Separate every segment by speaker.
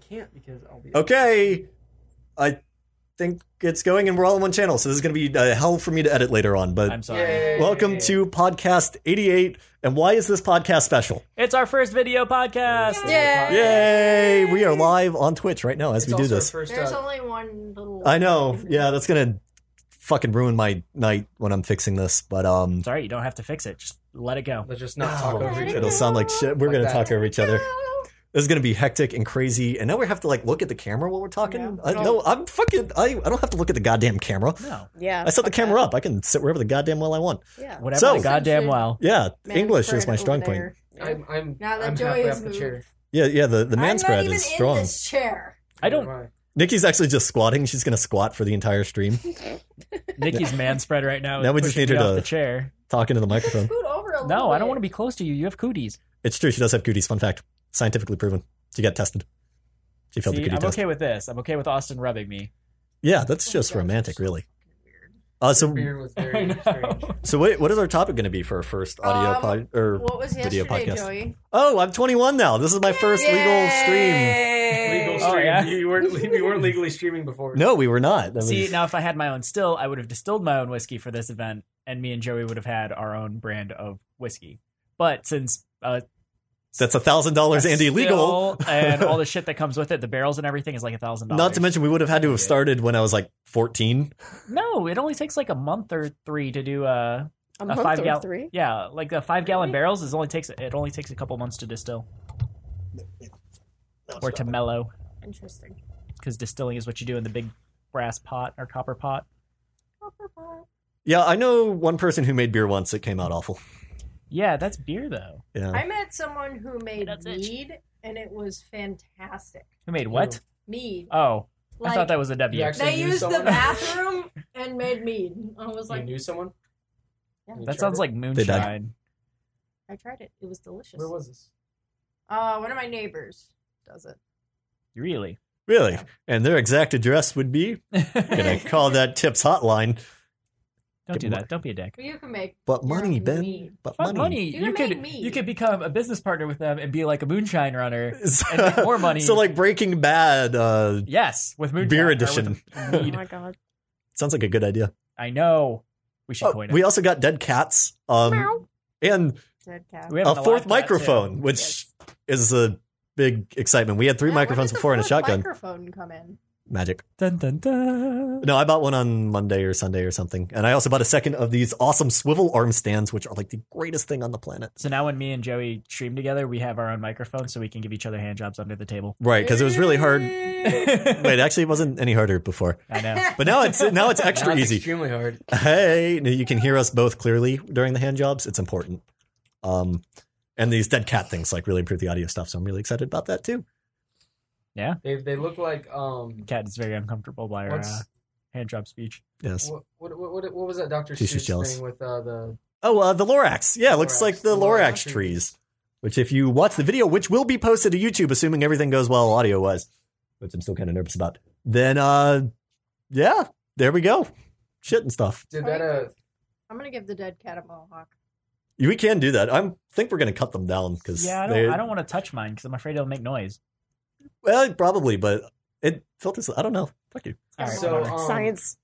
Speaker 1: can't because I'll be.
Speaker 2: Okay, I think it's going, and we're all on one channel, so this is going to be uh, hell for me to edit later on. But
Speaker 3: I'm sorry.
Speaker 1: Yay.
Speaker 2: welcome to podcast 88. And why is this podcast special?
Speaker 3: It's our first video podcast.
Speaker 4: Yay.
Speaker 2: Yay! We are live on Twitch right now as
Speaker 1: It's
Speaker 2: we do
Speaker 1: also our
Speaker 2: this.
Speaker 1: First,
Speaker 4: There's
Speaker 1: uh,
Speaker 4: only one little.
Speaker 2: I know. Yeah, that's gonna fucking ruin my night when I'm fixing this. But um,
Speaker 3: It's all right. You don't have to fix it. Just let it go.
Speaker 1: let's just not talk
Speaker 2: oh,
Speaker 1: over each
Speaker 2: it'll
Speaker 1: other.
Speaker 2: sound like shit. We're
Speaker 1: Like
Speaker 2: gonna
Speaker 1: that.
Speaker 2: talk over each other. This is gonna be hectic and crazy. And now we have to like look at the camera while we're talking.
Speaker 4: Yeah.
Speaker 2: I, no, I'm fucking. I, I don't have to look at the goddamn camera.
Speaker 3: No.
Speaker 4: Yeah.
Speaker 2: I set the
Speaker 4: fuck
Speaker 2: camera
Speaker 4: that.
Speaker 2: up. I can sit wherever the goddamn well I want.
Speaker 4: Yeah.
Speaker 3: Whatever
Speaker 2: So-
Speaker 3: the goddamn well.
Speaker 2: Yeah,
Speaker 4: Man
Speaker 2: English
Speaker 4: spread
Speaker 2: is my
Speaker 4: over
Speaker 2: strong point.
Speaker 4: there. Yeah.
Speaker 1: I'm, I'm,
Speaker 4: Now that
Speaker 1: I'm
Speaker 4: Joey
Speaker 1: halfway
Speaker 4: has
Speaker 1: up the
Speaker 4: moved.
Speaker 1: chair.
Speaker 2: Yeah, yeah. The the man
Speaker 4: I'm
Speaker 2: spread
Speaker 4: not even
Speaker 2: is strong.
Speaker 4: In this chair.
Speaker 3: I don't.
Speaker 1: Why?
Speaker 2: Nikki's actually just squatting. She's gonna squat for the entire stream,
Speaker 3: Nikki's man spread right now. is
Speaker 2: Now we just
Speaker 3: pushing
Speaker 2: need her
Speaker 3: me off
Speaker 2: to-
Speaker 3: the chair.
Speaker 2: talking to the microphone.
Speaker 4: Scoot over a little
Speaker 3: No, I don't
Speaker 4: bit.
Speaker 3: want to be close to you. You have cooties.
Speaker 2: It's true. She does have cooties. Fun fact, scientifically proven. She got tested. She failed the
Speaker 3: See,
Speaker 2: cootie
Speaker 3: I'm
Speaker 2: test.
Speaker 3: okay with this. I'm okay with Austin rubbing me.
Speaker 2: Yeah, that's just
Speaker 4: God,
Speaker 2: romantic,
Speaker 4: Oh that's
Speaker 2: really. Uh, so,
Speaker 1: Beard was
Speaker 3: I
Speaker 1: very
Speaker 3: know.
Speaker 1: strange.
Speaker 2: so wait, what is our topic going to be for our first audio
Speaker 4: Um,
Speaker 2: pod or?
Speaker 4: What was
Speaker 2: video
Speaker 4: yesterday,
Speaker 2: podcast.
Speaker 4: Joey?
Speaker 2: Oh, I'm 21 now. This is my first legal stream.
Speaker 1: Legal
Speaker 3: Oh,
Speaker 1: stream.
Speaker 3: yeah?
Speaker 1: you, weren't, you weren't legally streaming before.
Speaker 2: No, we were not. That
Speaker 3: See,
Speaker 2: was-
Speaker 3: now if I had my own still, I would have distilled my own whiskey for this event, and me and Joey would have had our own brand of whiskey. But since uh,
Speaker 2: that's a thousand dollars and illegal.
Speaker 3: still and all the shit that comes with it, the barrels and everything is like a thousand dollars.
Speaker 2: Not to mention, we would have had to have
Speaker 3: Yeah.
Speaker 2: started when I was like 14.
Speaker 3: no, it only takes like a month or three to do a
Speaker 4: A
Speaker 3: month five or gal-
Speaker 4: three.
Speaker 3: yeah, like a five gallon
Speaker 4: Really?
Speaker 3: barrels is only takes it only takes a couple months to distill or to mellow
Speaker 4: Interesting.
Speaker 3: because distilling is what you do in the big brass pot or copper pot.
Speaker 2: Yeah, I know one person who made beer once. It came out awful.
Speaker 3: Yeah, that's beer though.
Speaker 2: Yeah,
Speaker 4: I met someone who made
Speaker 3: That's it.
Speaker 4: mead, and it was fantastic.
Speaker 3: Who made what?
Speaker 4: Mead.
Speaker 3: Oh, I thought that was a W.
Speaker 1: You actually
Speaker 4: They
Speaker 1: knew
Speaker 4: used
Speaker 1: someone?
Speaker 4: the bathroom and made mead. I was
Speaker 1: You
Speaker 4: like,
Speaker 1: knew someone?
Speaker 4: Yeah.
Speaker 1: You
Speaker 3: That
Speaker 1: tried
Speaker 3: sounds
Speaker 1: it?
Speaker 3: like moonshine.
Speaker 4: I tried it. It was delicious.
Speaker 1: Where was this?
Speaker 4: Uh, one of my neighbors does it.
Speaker 3: Really?
Speaker 2: really. And their exact address would be. Gonna call that tips hotline.
Speaker 3: Don't do
Speaker 2: Give me
Speaker 3: that. Don't be a dick.
Speaker 4: You can make
Speaker 2: But
Speaker 4: your
Speaker 2: money,
Speaker 4: own
Speaker 2: Ben.
Speaker 4: mead.
Speaker 2: But
Speaker 3: Fuck money.
Speaker 4: You
Speaker 3: You
Speaker 4: can
Speaker 3: could
Speaker 4: make me.
Speaker 3: you could become a business partner with them and be like a moonshine runner.
Speaker 2: So-
Speaker 3: And make more money.
Speaker 2: So like Breaking Bad. Uh,
Speaker 3: Yes, with moonshine
Speaker 2: Beer
Speaker 3: or
Speaker 2: edition.
Speaker 3: with mead.
Speaker 4: Oh god.
Speaker 2: sounds like a good idea.
Speaker 3: I know. We should
Speaker 2: Oh,
Speaker 3: coin it.
Speaker 2: we also got dead cats. Um, and
Speaker 4: Dead cat.
Speaker 3: We have
Speaker 2: a
Speaker 3: an
Speaker 2: fourth
Speaker 3: allowed that, too.
Speaker 2: microphone, which
Speaker 4: Yes.
Speaker 2: is a big excitement. We had three
Speaker 4: Yeah, when
Speaker 2: microphones
Speaker 4: did the
Speaker 2: before and a
Speaker 4: fourth
Speaker 2: shotgun.
Speaker 4: Microphone come in.
Speaker 2: Magic.
Speaker 3: Dun, dun, dun.
Speaker 2: No, I bought one on Monday or Sunday or something. And I also bought a second of these awesome swivel arm stands, which are like the greatest thing on the planet.
Speaker 3: So now when me and Joey stream together, we have our own microphone so we can give each other hand jobs under the table.
Speaker 2: Right, because it was really hard.
Speaker 3: I
Speaker 2: Wait, actually, it wasn't any harder before.
Speaker 3: know.
Speaker 2: But now it's now it's extra
Speaker 1: Now it's
Speaker 2: easy.
Speaker 1: extremely hard.
Speaker 2: Hey, now you can hear us both clearly during the hand jobs. It's important. Um, and these dead cat things like really improve the audio stuff. So I'm really excited about that too.
Speaker 1: They, they look like, um,
Speaker 3: Cat is very uncomfortable by her uh,
Speaker 1: what's,
Speaker 3: hand job speech.
Speaker 2: Yes.
Speaker 1: what, what, what, what, what was that Dr.
Speaker 2: She's just
Speaker 1: Seuss
Speaker 2: jealous.
Speaker 1: thing with uh, the,
Speaker 2: Oh, uh, the Lorax. Yeah, it looks
Speaker 1: Lorax.
Speaker 2: like the
Speaker 1: The Lorax
Speaker 2: Lorax
Speaker 1: trees.
Speaker 2: trees. Which, if you watch the video, which will be posted to YouTube, assuming everything goes well audio wise, which I'm still kind of nervous about, then, uh, yeah, there we go. Shit and stuff.
Speaker 1: did that, uh,
Speaker 4: I'm gonna give the dead cat a mohawk.
Speaker 2: We can do that. I think we're going to cut them down because
Speaker 3: Yeah, I don't,
Speaker 2: they,
Speaker 3: I don't want to touch mine because I'm afraid it'll make noise.
Speaker 2: well, probably, but it filters. I don't know. Fuck you.
Speaker 3: All right,
Speaker 1: so,
Speaker 3: whatever.
Speaker 1: um,
Speaker 4: Science.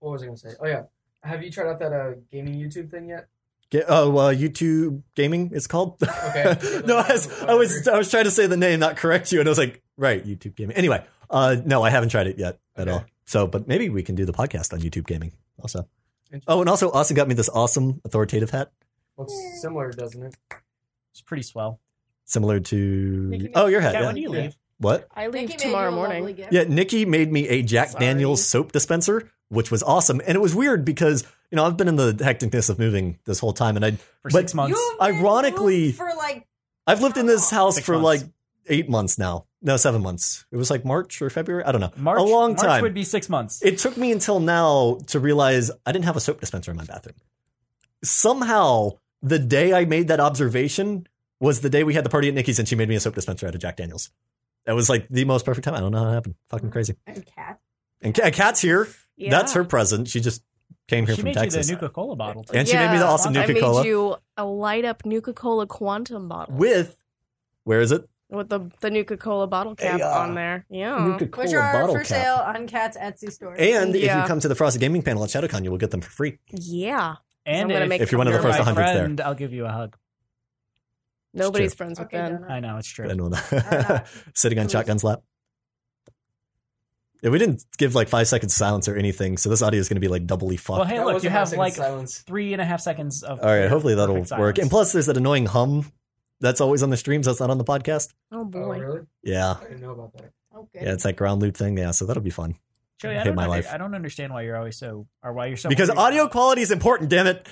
Speaker 1: what was I going to say? Oh, yeah. Have you tried out that, uh, gaming YouTube thing yet?
Speaker 2: Ga- oh, uh, YouTube gaming it's called.
Speaker 1: Okay.
Speaker 2: no, I was, I was I was trying to say the name, not correct you, and I was like, right, YouTube gaming. Anyway, uh, no, I haven't tried it yet at
Speaker 1: Okay.
Speaker 2: all. So, but maybe we can do the podcast on YouTube gaming also.
Speaker 1: Interesting.
Speaker 2: Oh, and also Austin got me this awesome authoritative hat,
Speaker 1: Looks similar, doesn't it?
Speaker 3: It's pretty swell.
Speaker 2: similar to
Speaker 4: Nikki
Speaker 2: oh your hat.
Speaker 3: Cat,
Speaker 2: yeah.
Speaker 3: when do you
Speaker 1: Yeah.
Speaker 3: leave?
Speaker 2: What?
Speaker 5: I leave
Speaker 4: Nikki made
Speaker 5: tomorrow
Speaker 4: you a
Speaker 5: morning.
Speaker 4: lovely gift.
Speaker 2: Yeah, Nikki made me a Jack
Speaker 5: Sorry.
Speaker 2: Daniels soap dispenser, which was awesome, and it was weird because you know I've been in the hecticness of moving this whole time, and I
Speaker 3: For
Speaker 2: But
Speaker 3: six months.
Speaker 4: You've been
Speaker 2: Ironically-
Speaker 4: moved for like
Speaker 2: I've lived in this house
Speaker 3: Six
Speaker 2: for
Speaker 3: months.
Speaker 2: like eight months now. No, seven months. It was like March or February. I don't know.
Speaker 3: March,
Speaker 2: a long
Speaker 3: March
Speaker 2: time.
Speaker 3: would be six months.
Speaker 2: it took me until now to realize I didn't have a soap dispenser in my bathroom. Somehow, the day I made that observation was the day we had the party at Nikki's, and she made me a soap dispenser out of Jack Daniels. That was like the most perfect time. I don't know how it happened. Fucking crazy.
Speaker 4: and cat.
Speaker 2: And Ca- Cat's here.
Speaker 5: Yeah.
Speaker 2: That's her present. She just came here
Speaker 3: she
Speaker 2: from
Speaker 3: made
Speaker 2: Texas.
Speaker 3: you the Nuka Cola bottle. too.
Speaker 2: and she made me the
Speaker 5: Yeah.
Speaker 2: awesome
Speaker 3: I
Speaker 2: Nuka
Speaker 5: I
Speaker 2: Cola
Speaker 5: made you a light up Nuka Cola Quantum bottle.
Speaker 2: with, where is it?
Speaker 5: with the the Nuka Cola bottle cap
Speaker 2: Yeah.
Speaker 5: on there. Yeah.
Speaker 2: uh, Nuka Cola
Speaker 4: Which are
Speaker 2: bottle
Speaker 4: for
Speaker 2: cap.
Speaker 4: sale on Cat's Etsy store.
Speaker 2: And if
Speaker 5: Yeah.
Speaker 2: you come to the Frosted Gaming panel at ShadowCon, you will get them for free.
Speaker 5: Yeah.
Speaker 3: And
Speaker 5: gonna
Speaker 3: if,
Speaker 5: make-
Speaker 2: If you're one of the
Speaker 3: you're
Speaker 2: first
Speaker 3: my
Speaker 2: 100 there.
Speaker 3: friend, I'll give you a hug.
Speaker 5: Nobody's friends with
Speaker 4: okay,
Speaker 5: Ben.
Speaker 4: done.
Speaker 3: I know it's true.
Speaker 2: I know
Speaker 4: not.
Speaker 2: that. Sitting on
Speaker 4: Who's-
Speaker 2: Shotgun's lap. Yeah, we didn't give like five seconds silence or anything, so this audio is going to be like doubly fucked.
Speaker 3: Well, hey,
Speaker 1: That
Speaker 3: look,
Speaker 1: was a
Speaker 3: you
Speaker 1: five
Speaker 3: have
Speaker 1: second
Speaker 3: like
Speaker 1: silence.
Speaker 3: three and a half seconds of.
Speaker 2: All right,
Speaker 3: clear,
Speaker 2: hopefully that'll work.
Speaker 3: perfect
Speaker 2: And
Speaker 3: silence.
Speaker 2: plus, there's that annoying hum that's always on the streams. That's not on the podcast.
Speaker 5: Oh
Speaker 1: Oh,
Speaker 5: boy.
Speaker 1: really?
Speaker 2: Yeah,
Speaker 1: I didn't know about that.
Speaker 4: Okay.
Speaker 2: yeah, it's that ground loop thing. Yeah, so that'll be fun
Speaker 3: Joey,
Speaker 2: hate
Speaker 3: I don't,
Speaker 2: my
Speaker 3: under-
Speaker 2: life.
Speaker 3: I don't understand why you're always so, or why you're so.
Speaker 2: because
Speaker 3: worried.
Speaker 2: audio quality is important. Damn it.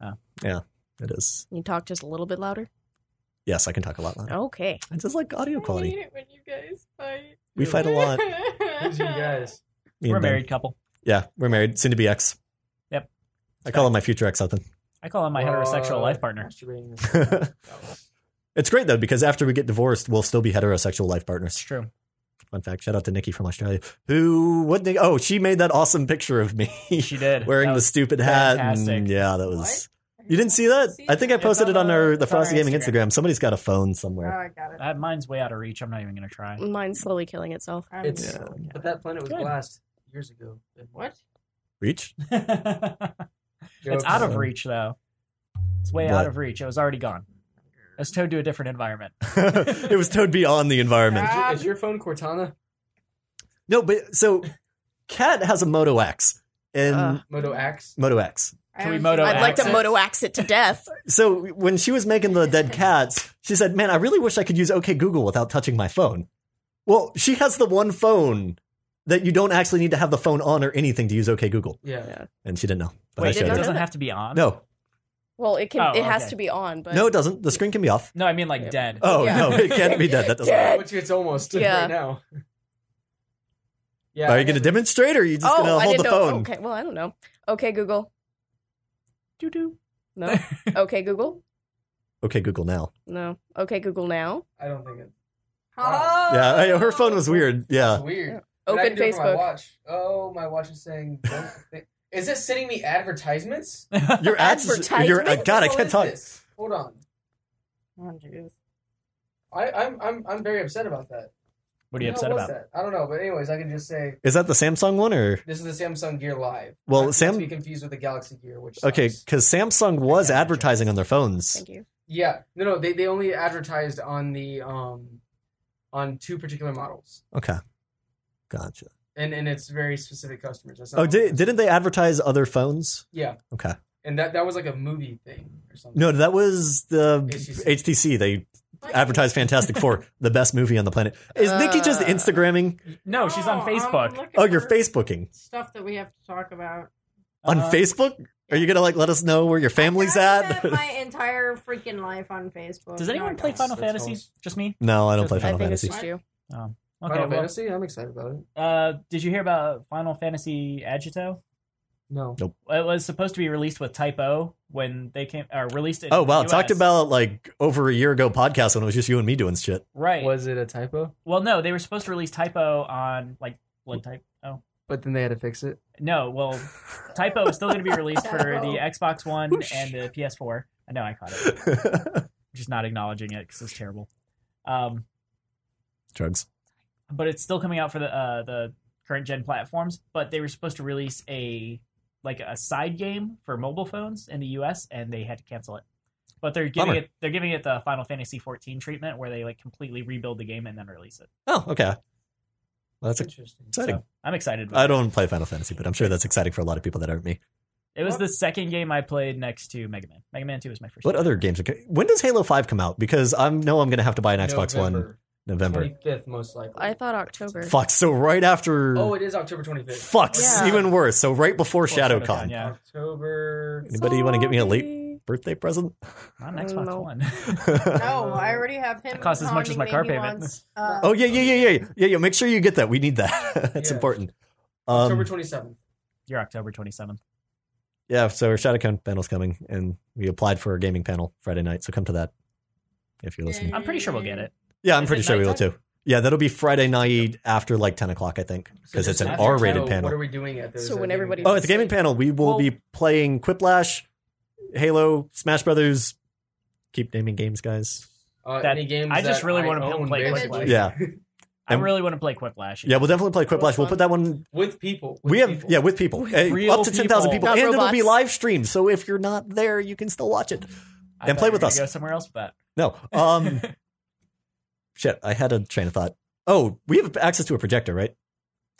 Speaker 3: Oh.
Speaker 2: Yeah, it is.
Speaker 5: Can you talk just a little bit louder?
Speaker 2: Yes, I can talk a lot. Louder.
Speaker 5: Okay.
Speaker 2: I just like audio quality.
Speaker 4: it when you guys fight.
Speaker 2: We
Speaker 1: Who?
Speaker 2: fight a lot. me
Speaker 1: Who's you guys?
Speaker 2: and
Speaker 3: We're a
Speaker 2: Ben.
Speaker 3: married couple.
Speaker 2: Yeah, we're married. Soon to be ex.
Speaker 3: Yep.
Speaker 2: I call him my future ex husband.
Speaker 3: I call him my heterosexual
Speaker 1: Uh,
Speaker 3: life partner.
Speaker 1: masturbating.
Speaker 2: It's great though because after we get divorced, we'll still be heterosexual life
Speaker 3: It's
Speaker 2: partners.
Speaker 3: true.
Speaker 2: Fun fact: shout out to Nikki from Australia, who what? Nikki, oh, she made that awesome picture of me
Speaker 3: She did
Speaker 2: wearing
Speaker 3: That
Speaker 2: the
Speaker 3: was-
Speaker 2: stupid hat.
Speaker 3: fantastic.
Speaker 2: And yeah, that was.
Speaker 4: What?
Speaker 2: You didn't see that? I think I
Speaker 3: It's
Speaker 2: posted it on
Speaker 3: on
Speaker 2: our the
Speaker 3: it's on our
Speaker 2: Frosty Gaming
Speaker 3: Instagram.
Speaker 2: Instagram. Somebody's got a phone
Speaker 4: Oh,
Speaker 2: somewhere.
Speaker 4: I got it.
Speaker 3: I- mine's way out of reach. I'm not even gonna try.
Speaker 5: Mine's slowly killing itself.
Speaker 4: I'm
Speaker 1: It's-
Speaker 4: so-
Speaker 1: but that planet was
Speaker 3: Good.
Speaker 1: glassed years ago. And
Speaker 4: What?
Speaker 2: Reach?
Speaker 3: it's
Speaker 1: Jokes.
Speaker 3: out of
Speaker 2: so-
Speaker 3: reach though. It's way
Speaker 2: What?
Speaker 3: out of reach. It was already gone. Let's toad to a different environment.
Speaker 2: it was Toad beyond the environment.
Speaker 1: Is your- Is your phone Cortana?
Speaker 2: No, but so Cat has a Moto X and
Speaker 5: Uh.
Speaker 1: Moto X?
Speaker 2: Moto X.
Speaker 3: Can we
Speaker 4: haven't
Speaker 3: moto
Speaker 4: seen
Speaker 5: I'd
Speaker 4: that.
Speaker 5: like to
Speaker 3: access.
Speaker 5: moto axe it to death.
Speaker 2: So when she was making the dead cats, she said, "Man, I really wish I could use OK Google without touching my phone." Well, she has the one phone that you don't actually need to have the phone on or anything to use OK Google,
Speaker 1: Yeah.
Speaker 2: and she didn't know. But I
Speaker 3: Wait, it
Speaker 2: showed
Speaker 5: didn't
Speaker 2: her.
Speaker 5: know
Speaker 3: doesn't have to be on.
Speaker 2: No,
Speaker 5: Well, it can.
Speaker 3: Oh,
Speaker 5: it has
Speaker 3: okay.
Speaker 5: to be on, but
Speaker 2: no, it doesn't. The screen can be off.
Speaker 3: no, I mean like dead.
Speaker 2: Oh
Speaker 5: Yeah.
Speaker 2: no, it can't be dead. That doesn't.
Speaker 5: Dead.
Speaker 1: Which it's almost
Speaker 5: Yeah.
Speaker 1: right now. Yeah.
Speaker 2: Are you going to demonstrate, or are you just
Speaker 5: oh,
Speaker 2: going to
Speaker 5: I
Speaker 2: hold
Speaker 5: didn't
Speaker 2: the
Speaker 5: know.
Speaker 2: phone?
Speaker 5: Okay, well, I don't know. Okay, Google.
Speaker 3: Doo doo.
Speaker 5: No. okay, Google.
Speaker 2: Okay, Google now.
Speaker 5: No. Okay, Google now.
Speaker 1: I don't think it-
Speaker 4: Oh.
Speaker 2: Yeah, I- her phone was weird.
Speaker 1: it's
Speaker 2: Yeah,
Speaker 1: weird. But I
Speaker 5: Open
Speaker 1: can do it for My
Speaker 5: Facebook.
Speaker 1: watch. Oh, my watch is saying. Don't think- is it sending me advertisements?
Speaker 2: your ads. Your
Speaker 5: Advertisements?
Speaker 2: Uh, God, I
Speaker 1: What
Speaker 2: can't
Speaker 1: is
Speaker 2: talk.
Speaker 1: this? Hold on.
Speaker 4: Oh, jeez.
Speaker 1: I, I'm I'm I'm very upset about that.
Speaker 3: What are you
Speaker 1: The
Speaker 3: upset
Speaker 1: hell was
Speaker 3: about?
Speaker 1: That? I don't know, but anyways, I can just say
Speaker 2: Is that the Samsung one or?
Speaker 1: this is the Samsung Gear Live.
Speaker 2: Well,
Speaker 1: Not
Speaker 2: Sam-
Speaker 1: to be confused with the Galaxy Gear, which
Speaker 2: Okay,
Speaker 1: sucks.
Speaker 2: because Samsung was
Speaker 3: Yeah,
Speaker 2: advertising on their phones.
Speaker 5: Thank you.
Speaker 1: Yeah, no, no, they they only advertised on the um, on two particular models,
Speaker 2: Okay, gotcha.
Speaker 1: and and it's very specific customers. That's not
Speaker 2: Oh, did, didn't they advertise other phones?
Speaker 1: Yeah,
Speaker 2: Okay.
Speaker 1: and that that was like a movie thing or something.
Speaker 2: No, that was the
Speaker 1: HTC.
Speaker 2: HTC. They advertised Fantastic Four, the best movie on the planet. Is Nikki just
Speaker 5: Uh.
Speaker 2: Instagramming?
Speaker 3: No, she's
Speaker 4: Oh,
Speaker 3: on
Speaker 4: I'm
Speaker 3: Facebook.
Speaker 4: looking
Speaker 2: Oh, you're
Speaker 4: for
Speaker 2: Facebooking.
Speaker 4: Stuff that we have to talk about.
Speaker 2: On
Speaker 3: Uh,
Speaker 2: Facebook? Are you going to like let us know where your family's
Speaker 4: I've
Speaker 2: at?
Speaker 4: spent my entire freaking life on Facebook.
Speaker 3: Does
Speaker 4: No,
Speaker 3: anyone
Speaker 4: I
Speaker 3: play
Speaker 4: don't.
Speaker 3: Final
Speaker 1: That's
Speaker 3: Fantasy?
Speaker 1: always-
Speaker 3: Just me.
Speaker 2: no, I don't play
Speaker 3: I
Speaker 2: Final
Speaker 5: I think it's
Speaker 2: Fantasy.
Speaker 5: just you.
Speaker 3: Okay.
Speaker 1: Final
Speaker 3: well,
Speaker 1: Fantasy. I'm excited about it.
Speaker 3: uh, did you hear about Final Fantasy Agito?
Speaker 1: No,
Speaker 3: It was supposed to be released with typo when they came, or released it.
Speaker 2: Oh
Speaker 3: in
Speaker 2: wow,
Speaker 3: the
Speaker 2: talked
Speaker 3: US.
Speaker 2: about like over a year ago podcast when it was just you and me doing shit.
Speaker 3: right.
Speaker 1: was it a typo?
Speaker 3: well, no, they were supposed to release typo on like blood type. Oh
Speaker 1: But then they had to fix it.
Speaker 3: no, well, typo is still going to be released for
Speaker 4: Typo.
Speaker 3: the Xbox One and the PS4. I know I caught it. I'm just not acknowledging it because it's terrible. Um,
Speaker 2: Drugs.
Speaker 3: but it's still coming out for the uh, the current gen platforms. But they were supposed to release a like a side game for mobile phones in the U.S. and they had to cancel it. But they're giving
Speaker 2: Bummer.
Speaker 3: it they're giving it the Final Fantasy 14 treatment where they like completely rebuild the game and then release it.
Speaker 2: Oh okay. Well, that's
Speaker 1: interesting.
Speaker 2: exciting.
Speaker 3: So I'm excited. About
Speaker 2: I don't play Final Fantasy, but I'm sure that's exciting for a lot of people that aren't me.
Speaker 3: It It was the second game I played next to Mega Man. Mega Man 2 was my first.
Speaker 2: What
Speaker 3: game.
Speaker 2: other games? Are, co- when does Halo Five come out? Because I know I'm going to have to buy an Xbox One November.
Speaker 1: twenty fifth, most likely.
Speaker 5: I thought October.
Speaker 2: Fuck. So right after.
Speaker 1: Oh, it is October twenty fifth.
Speaker 2: Fuck.
Speaker 5: Yeah.
Speaker 2: Even worse. So right before
Speaker 3: Before
Speaker 2: ShadowCon.
Speaker 3: ShadowCon, yeah.
Speaker 1: October.
Speaker 2: Anybody wanna give me a late-
Speaker 5: Sorry.
Speaker 2: Birthday present.
Speaker 3: Not an Xbox
Speaker 5: No.
Speaker 3: One.
Speaker 4: No, I already have him.
Speaker 3: It costs as much as my
Speaker 4: hounding
Speaker 3: car
Speaker 4: me. He
Speaker 3: payment.
Speaker 4: wants, uh,
Speaker 2: oh yeah, yeah, yeah, yeah, yeah, yeah. Make sure you get that. We need that. it's
Speaker 1: Yeah.
Speaker 2: important.
Speaker 1: October
Speaker 2: Um,
Speaker 1: twenty seventh.
Speaker 3: You're October 27th.
Speaker 2: yeah. So ShadowCon panel's coming, and we applied for a gaming panel Friday night. So come to that if you're listening.
Speaker 4: Yeah.
Speaker 3: I'm pretty sure we'll get it.
Speaker 2: Yeah, I'm
Speaker 3: Is
Speaker 2: pretty
Speaker 3: it
Speaker 2: sure we will
Speaker 3: nighttime?
Speaker 2: too. Yeah, that'll be Friday night after like 10 o'clock, I think, because it's an R-rated panel.
Speaker 1: What are we doing at those?
Speaker 5: So
Speaker 1: uh,
Speaker 5: when
Speaker 1: gaming
Speaker 5: everybody-
Speaker 2: Oh, at the gaming
Speaker 5: Sleep.
Speaker 2: panel, we will
Speaker 3: Well-
Speaker 2: be playing Quiplash, Halo, Smash Brothers. Keep naming games, guys.
Speaker 1: Uh,
Speaker 3: That-
Speaker 1: any games
Speaker 3: I just
Speaker 1: that
Speaker 3: really
Speaker 1: I
Speaker 3: want to
Speaker 1: own,
Speaker 3: play
Speaker 1: basically.
Speaker 3: Quiplash.
Speaker 2: Yeah.
Speaker 3: I
Speaker 2: And-
Speaker 3: really want to play Quiplash.
Speaker 2: Yeah, we'll definitely play Quiplash. We'll put that one.
Speaker 1: with people. with
Speaker 2: We have
Speaker 1: people.
Speaker 2: yeah with people
Speaker 5: With
Speaker 2: Eh,
Speaker 3: real
Speaker 2: up to ten thousand people,
Speaker 3: people.
Speaker 5: Not
Speaker 2: and it'll be
Speaker 5: robots.
Speaker 2: live streamed. So if you're not there, you can still watch it.
Speaker 3: I
Speaker 2: and
Speaker 3: thought
Speaker 2: play
Speaker 3: you were
Speaker 2: with
Speaker 3: gonna
Speaker 2: us.
Speaker 3: Go somewhere else, but
Speaker 2: No, um, shit. I had a train of thought. Oh, we have access to a projector, right?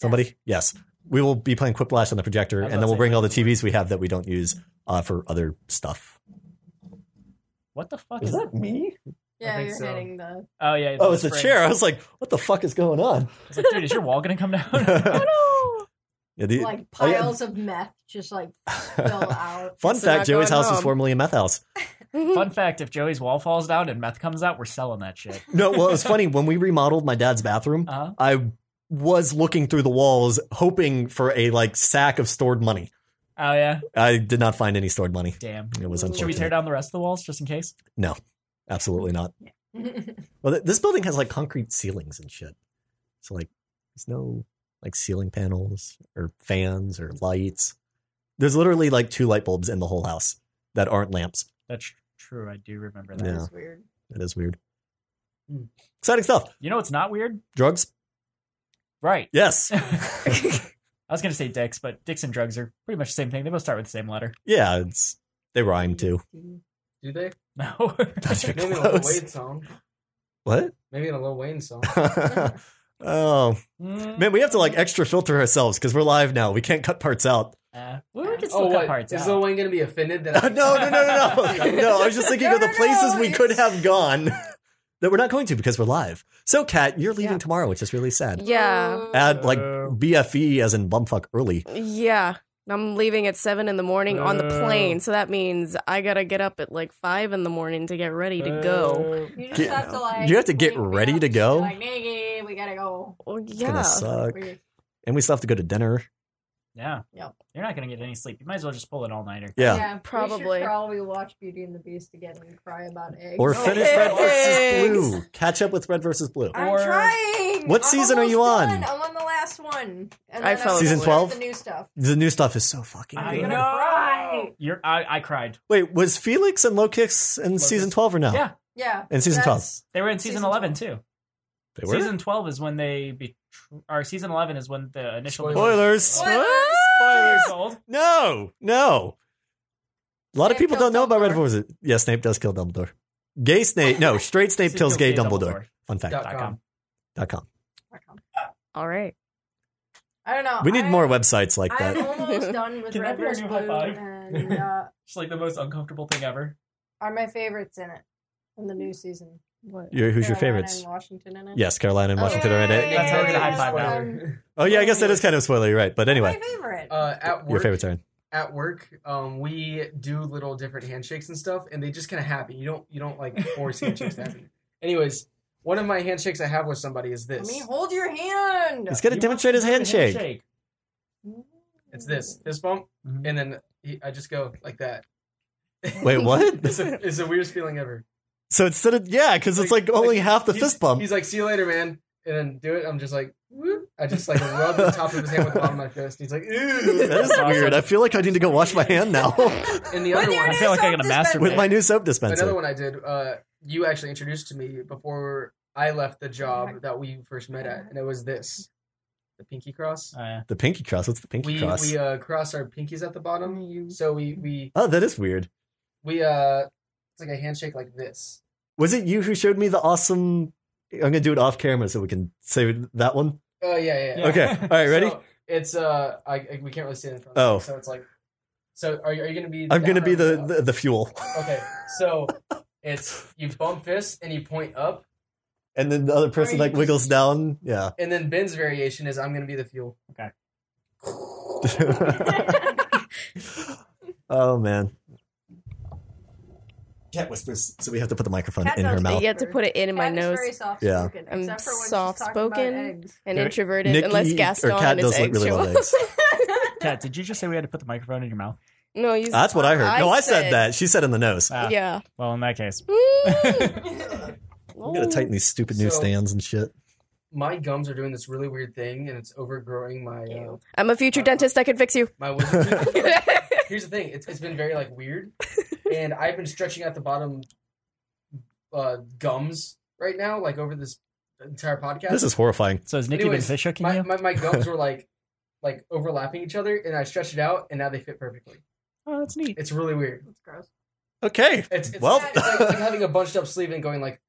Speaker 2: Somebody, yes. We will be playing Quiplash on the projector,
Speaker 3: I
Speaker 2: and
Speaker 3: was
Speaker 2: then
Speaker 3: about to
Speaker 2: we'll
Speaker 3: say
Speaker 2: bring all the TVs we have that we don't use uh, for other stuff.
Speaker 3: what the fuck
Speaker 2: Is that me?
Speaker 4: Yeah,
Speaker 1: think
Speaker 4: you're
Speaker 1: so.
Speaker 4: hitting the.
Speaker 3: Oh yeah.
Speaker 2: Oh, it's a
Speaker 3: springs.
Speaker 2: chair. I was like, what the fuck is going on?
Speaker 3: I was like, dude, is your wall gonna come down?
Speaker 4: Oh
Speaker 2: Yeah, the-
Speaker 4: no! Like
Speaker 2: oh, yeah.
Speaker 4: piles of meth just like spill out.
Speaker 2: Fun
Speaker 5: It's
Speaker 2: fact:
Speaker 5: not
Speaker 2: Joey's
Speaker 5: going
Speaker 2: house was
Speaker 5: home.
Speaker 2: formerly a meth house.
Speaker 3: Fun fact: if Joey's wall falls down and meth comes out, we're selling that shit.
Speaker 2: No, well, it was funny when we remodeled my dad's bathroom.
Speaker 3: Uh-huh.
Speaker 2: I was looking through the walls, hoping for a like sack of stored money.
Speaker 3: Oh yeah.
Speaker 2: I did not find any stored money.
Speaker 3: Damn.
Speaker 2: It was
Speaker 4: Should
Speaker 2: unfortunate.
Speaker 3: Should we tear down the rest of the walls just in case?
Speaker 2: Absolutely not. Well, th- this building has like concrete ceilings and shit. So like, there's no like ceiling panels or fans or lights. There's literally like two light bulbs in the whole house that aren't lamps.
Speaker 3: That's tr- true. I do remember that.
Speaker 2: Yeah.
Speaker 4: That's weird.
Speaker 2: That is weird.
Speaker 1: Hmm.
Speaker 2: Exciting stuff.
Speaker 3: You know what's not weird?
Speaker 2: Drugs?
Speaker 3: Right.
Speaker 2: Yes.
Speaker 3: I was gonna say dicks, but dicks and drugs are pretty much the same thing. They both start with the same letter.
Speaker 2: yeah, it's they rhyme too.
Speaker 1: Do they?
Speaker 3: No.
Speaker 2: That's
Speaker 1: Maybe in a Lil
Speaker 2: close.
Speaker 1: Wayne song.
Speaker 2: What?
Speaker 1: Maybe in a Lil Wayne song.
Speaker 2: oh man, we have to like extra filter ourselves because we're live now. We can't cut parts out.
Speaker 3: Uh, well, we can still
Speaker 1: oh,
Speaker 3: cut
Speaker 1: what?
Speaker 3: parts
Speaker 1: Is
Speaker 3: out.
Speaker 1: Lil Wayne gonna be offended that?
Speaker 2: no,
Speaker 1: I-
Speaker 2: no, no, no, no. No, I was just thinking of
Speaker 4: No,
Speaker 2: the
Speaker 4: no,
Speaker 2: places
Speaker 4: no,
Speaker 2: we could
Speaker 4: it's-
Speaker 2: have gone that we're not going to because we're live. So, Kat, you're leaving
Speaker 5: Yeah.
Speaker 2: tomorrow, which is really sad.
Speaker 5: yeah.
Speaker 2: Add like
Speaker 3: Oh.
Speaker 2: BFE as in bumfuck early.
Speaker 5: Yeah. I'm leaving at seven in the morning on the
Speaker 3: Boo.
Speaker 5: plane, so that means I gotta get up at like five in the morning to get ready to
Speaker 1: Uh.
Speaker 5: go.
Speaker 4: You just
Speaker 2: Get-
Speaker 4: have to like.
Speaker 2: you have to get
Speaker 4: wake me
Speaker 2: ready
Speaker 4: up
Speaker 2: to
Speaker 4: and
Speaker 2: go?
Speaker 4: be Like, Niggy, we gotta go.
Speaker 5: Well,
Speaker 2: It's
Speaker 5: yeah.
Speaker 2: gonna suck.
Speaker 4: Weird.
Speaker 2: And we still have to go to dinner.
Speaker 3: yeah.
Speaker 4: Yep.
Speaker 3: You're not gonna get any sleep. You might as well just pull an all nighter.
Speaker 2: Yeah.
Speaker 4: yeah we should
Speaker 5: Probably.
Speaker 4: probably watch Beauty and the Beast again and cry about eggs.
Speaker 2: Or
Speaker 5: Oh,
Speaker 2: finish Red
Speaker 5: eggs.
Speaker 2: versus Blue. Catch up with Red versus Blue.
Speaker 4: I'm
Speaker 3: Or-
Speaker 4: trying.
Speaker 2: What
Speaker 4: I'm
Speaker 2: season are you
Speaker 4: almost
Speaker 2: on?
Speaker 4: done. I'm on the last one. And
Speaker 5: I
Speaker 4: then I'm
Speaker 5: fell
Speaker 4: gonna
Speaker 2: Season
Speaker 4: start
Speaker 2: 12?
Speaker 4: The new stuff.
Speaker 2: The new stuff is so fucking
Speaker 3: I
Speaker 4: I'm
Speaker 2: good.
Speaker 4: gonna
Speaker 3: know.
Speaker 4: cry.
Speaker 3: You're. I, I cried.
Speaker 2: Wait, was Felix and Low Kicks in
Speaker 3: Locust.
Speaker 2: season 12 or no?
Speaker 3: Yeah.
Speaker 4: Yeah.
Speaker 2: In season
Speaker 4: that's-
Speaker 3: They were in season,
Speaker 4: Season
Speaker 3: 11 too.
Speaker 2: They were?
Speaker 3: Season 12 is when they be or season 11 is when the initial
Speaker 2: Spoilers.
Speaker 4: Spoilers.
Speaker 2: Spoilers.
Speaker 3: Sold.
Speaker 2: No, no. A lot of
Speaker 4: Snape
Speaker 2: people
Speaker 4: kills
Speaker 2: don't know about Red
Speaker 4: Dumbledore.
Speaker 2: Force. Yeah, Snape does kill Dumbledore. Gay Snape, no, straight Snape
Speaker 3: Snape
Speaker 2: kills
Speaker 3: kills
Speaker 2: gay
Speaker 3: gay
Speaker 2: Dumbledore.
Speaker 3: Dumbledore.
Speaker 2: Fun fact.
Speaker 1: Dot
Speaker 3: Dot
Speaker 1: com.
Speaker 3: com.
Speaker 2: Dot com.
Speaker 5: All right.
Speaker 4: I don't know.
Speaker 2: We need
Speaker 4: I-
Speaker 2: more websites like
Speaker 4: I'm
Speaker 2: that.
Speaker 4: almost done with
Speaker 3: Can that
Speaker 4: Red
Speaker 3: be our
Speaker 4: vs.
Speaker 3: new
Speaker 4: Blue,
Speaker 3: high five?
Speaker 4: and uh,
Speaker 3: It's like the most uncomfortable thing ever.
Speaker 4: are my favorites in it in the new season.
Speaker 5: What?
Speaker 2: Your- who's your
Speaker 4: Carolina
Speaker 2: favorites?
Speaker 4: And Washington in it.
Speaker 2: Yes, Carolina and
Speaker 5: Oh.
Speaker 2: Washington are in it.
Speaker 3: That's how we're gonna high five
Speaker 1: Spoiler.
Speaker 5: Um,
Speaker 2: Oh yeah, I guess that is kind of a spoiler. You're right, but anyway,
Speaker 4: my favorite.
Speaker 1: Uh, at work,
Speaker 2: your favorites are in.
Speaker 1: at work, um, we do little different handshakes and stuff, and they just kind of happen. You don't you don't like force handshakes to happen. Anyways, one of my handshakes I have with somebody is
Speaker 4: Let
Speaker 1: this.
Speaker 4: me hold your hand.
Speaker 2: He's gonna
Speaker 3: He
Speaker 2: demonstrate his
Speaker 3: wants to do a
Speaker 2: handshake.
Speaker 1: It's this this bump,
Speaker 3: Mhm.
Speaker 1: and then he, I just go like that.
Speaker 2: Wait, what?
Speaker 1: It's, a, it's the weirdest feeling ever.
Speaker 2: So instead of yeah, because it's
Speaker 1: Like-
Speaker 2: like only
Speaker 1: like,
Speaker 2: half the
Speaker 1: he's,
Speaker 2: fist bump.
Speaker 1: He's like, "See you later, man," and then do it. I'm just like, Whoop. I just like rub the top of his hand with the bottom of my fist. He's like, "Ew."
Speaker 2: That is weird. I feel like I need to go wash my hand now
Speaker 1: And the
Speaker 4: With
Speaker 1: other
Speaker 4: your
Speaker 1: one,
Speaker 3: I feel like I
Speaker 4: new
Speaker 3: gotta
Speaker 4: self-dispenser.
Speaker 3: masturbate.
Speaker 2: with my new soap
Speaker 1: another
Speaker 2: dispenser.
Speaker 1: one I did. Uh, you actually introduced to me before I left the job that we first met at, and it was this, the pinky cross.
Speaker 3: Oh,
Speaker 6: Uh,
Speaker 3: yeah.
Speaker 2: The pinky cross. What's the Uh, pinky
Speaker 1: We
Speaker 2: cross?
Speaker 1: we uh, cross our pinkies at the bottom, so we we
Speaker 2: Oh, that is weird.
Speaker 1: we uh, it's like a handshake like this.
Speaker 2: Was it you who showed me the awesome? I'm gonna do it off camera so we can save that one.
Speaker 1: Oh yeah yeah. yeah.
Speaker 3: Yeah.
Speaker 2: Okay. All right. Ready?
Speaker 1: So it's uh, I, I- we can't really see it in front.
Speaker 2: Oh.
Speaker 1: Of us, so it's like, so are you, are you gonna be?
Speaker 2: I'm gonna
Speaker 1: down
Speaker 2: be
Speaker 1: or
Speaker 2: the,
Speaker 1: up?
Speaker 2: the the fuel,
Speaker 1: Okay, so it's you bump fists and you point up,
Speaker 2: and then the other person like wiggles down. Yeah.
Speaker 1: and then Ben's variation is I'm gonna be the fuel.
Speaker 2: oh man. Cat whispers, so we have to put the microphone
Speaker 4: Cat
Speaker 2: in her
Speaker 4: sounds
Speaker 2: mouth.
Speaker 5: You have to put it in
Speaker 4: Cat
Speaker 5: my
Speaker 4: is
Speaker 5: nose.
Speaker 4: Very soft
Speaker 2: Yeah.
Speaker 4: spoken,
Speaker 5: I'm
Speaker 4: except for when she's
Speaker 5: soft-spoken.
Speaker 4: talking
Speaker 5: And
Speaker 2: Nick-
Speaker 5: introverted,
Speaker 2: Nikki
Speaker 5: unless Gaston
Speaker 2: or Cat
Speaker 5: is
Speaker 2: does look really
Speaker 5: asexual.
Speaker 2: well. Eggs.
Speaker 4: about eggs.
Speaker 3: Kat, did you just say we had to put the microphone in your mouth?
Speaker 5: no, you.
Speaker 2: That's what I heard. no, I said that. She said in the nose.
Speaker 3: Ah,
Speaker 5: Yeah.
Speaker 3: Well, in that case.
Speaker 2: I'm
Speaker 5: Oh.
Speaker 2: gonna tighten these stupid new
Speaker 1: So-
Speaker 2: stands and shit.
Speaker 1: My gums are doing this really weird thing, and it's overgrowing my uh,
Speaker 5: I'm a future dentist. I can fix you.
Speaker 1: my wisdom teeth. Here's the thing: it's, it's been very like weird, and I've been stretching out the bottom uh, gums right now, like over this entire podcast.
Speaker 2: This is horrifying.
Speaker 6: So has Nikki
Speaker 1: Anyways,
Speaker 6: been fish hooking
Speaker 1: my,
Speaker 6: you?
Speaker 1: my my gums were like like overlapping each other, and I stretched it out, and now they fit perfectly.
Speaker 6: oh, that's neat.
Speaker 1: It's really weird.
Speaker 4: That's gross.
Speaker 2: Okay.
Speaker 1: It's it's,
Speaker 2: Well-
Speaker 1: it's like, it's like having a bunched up sleeve and going like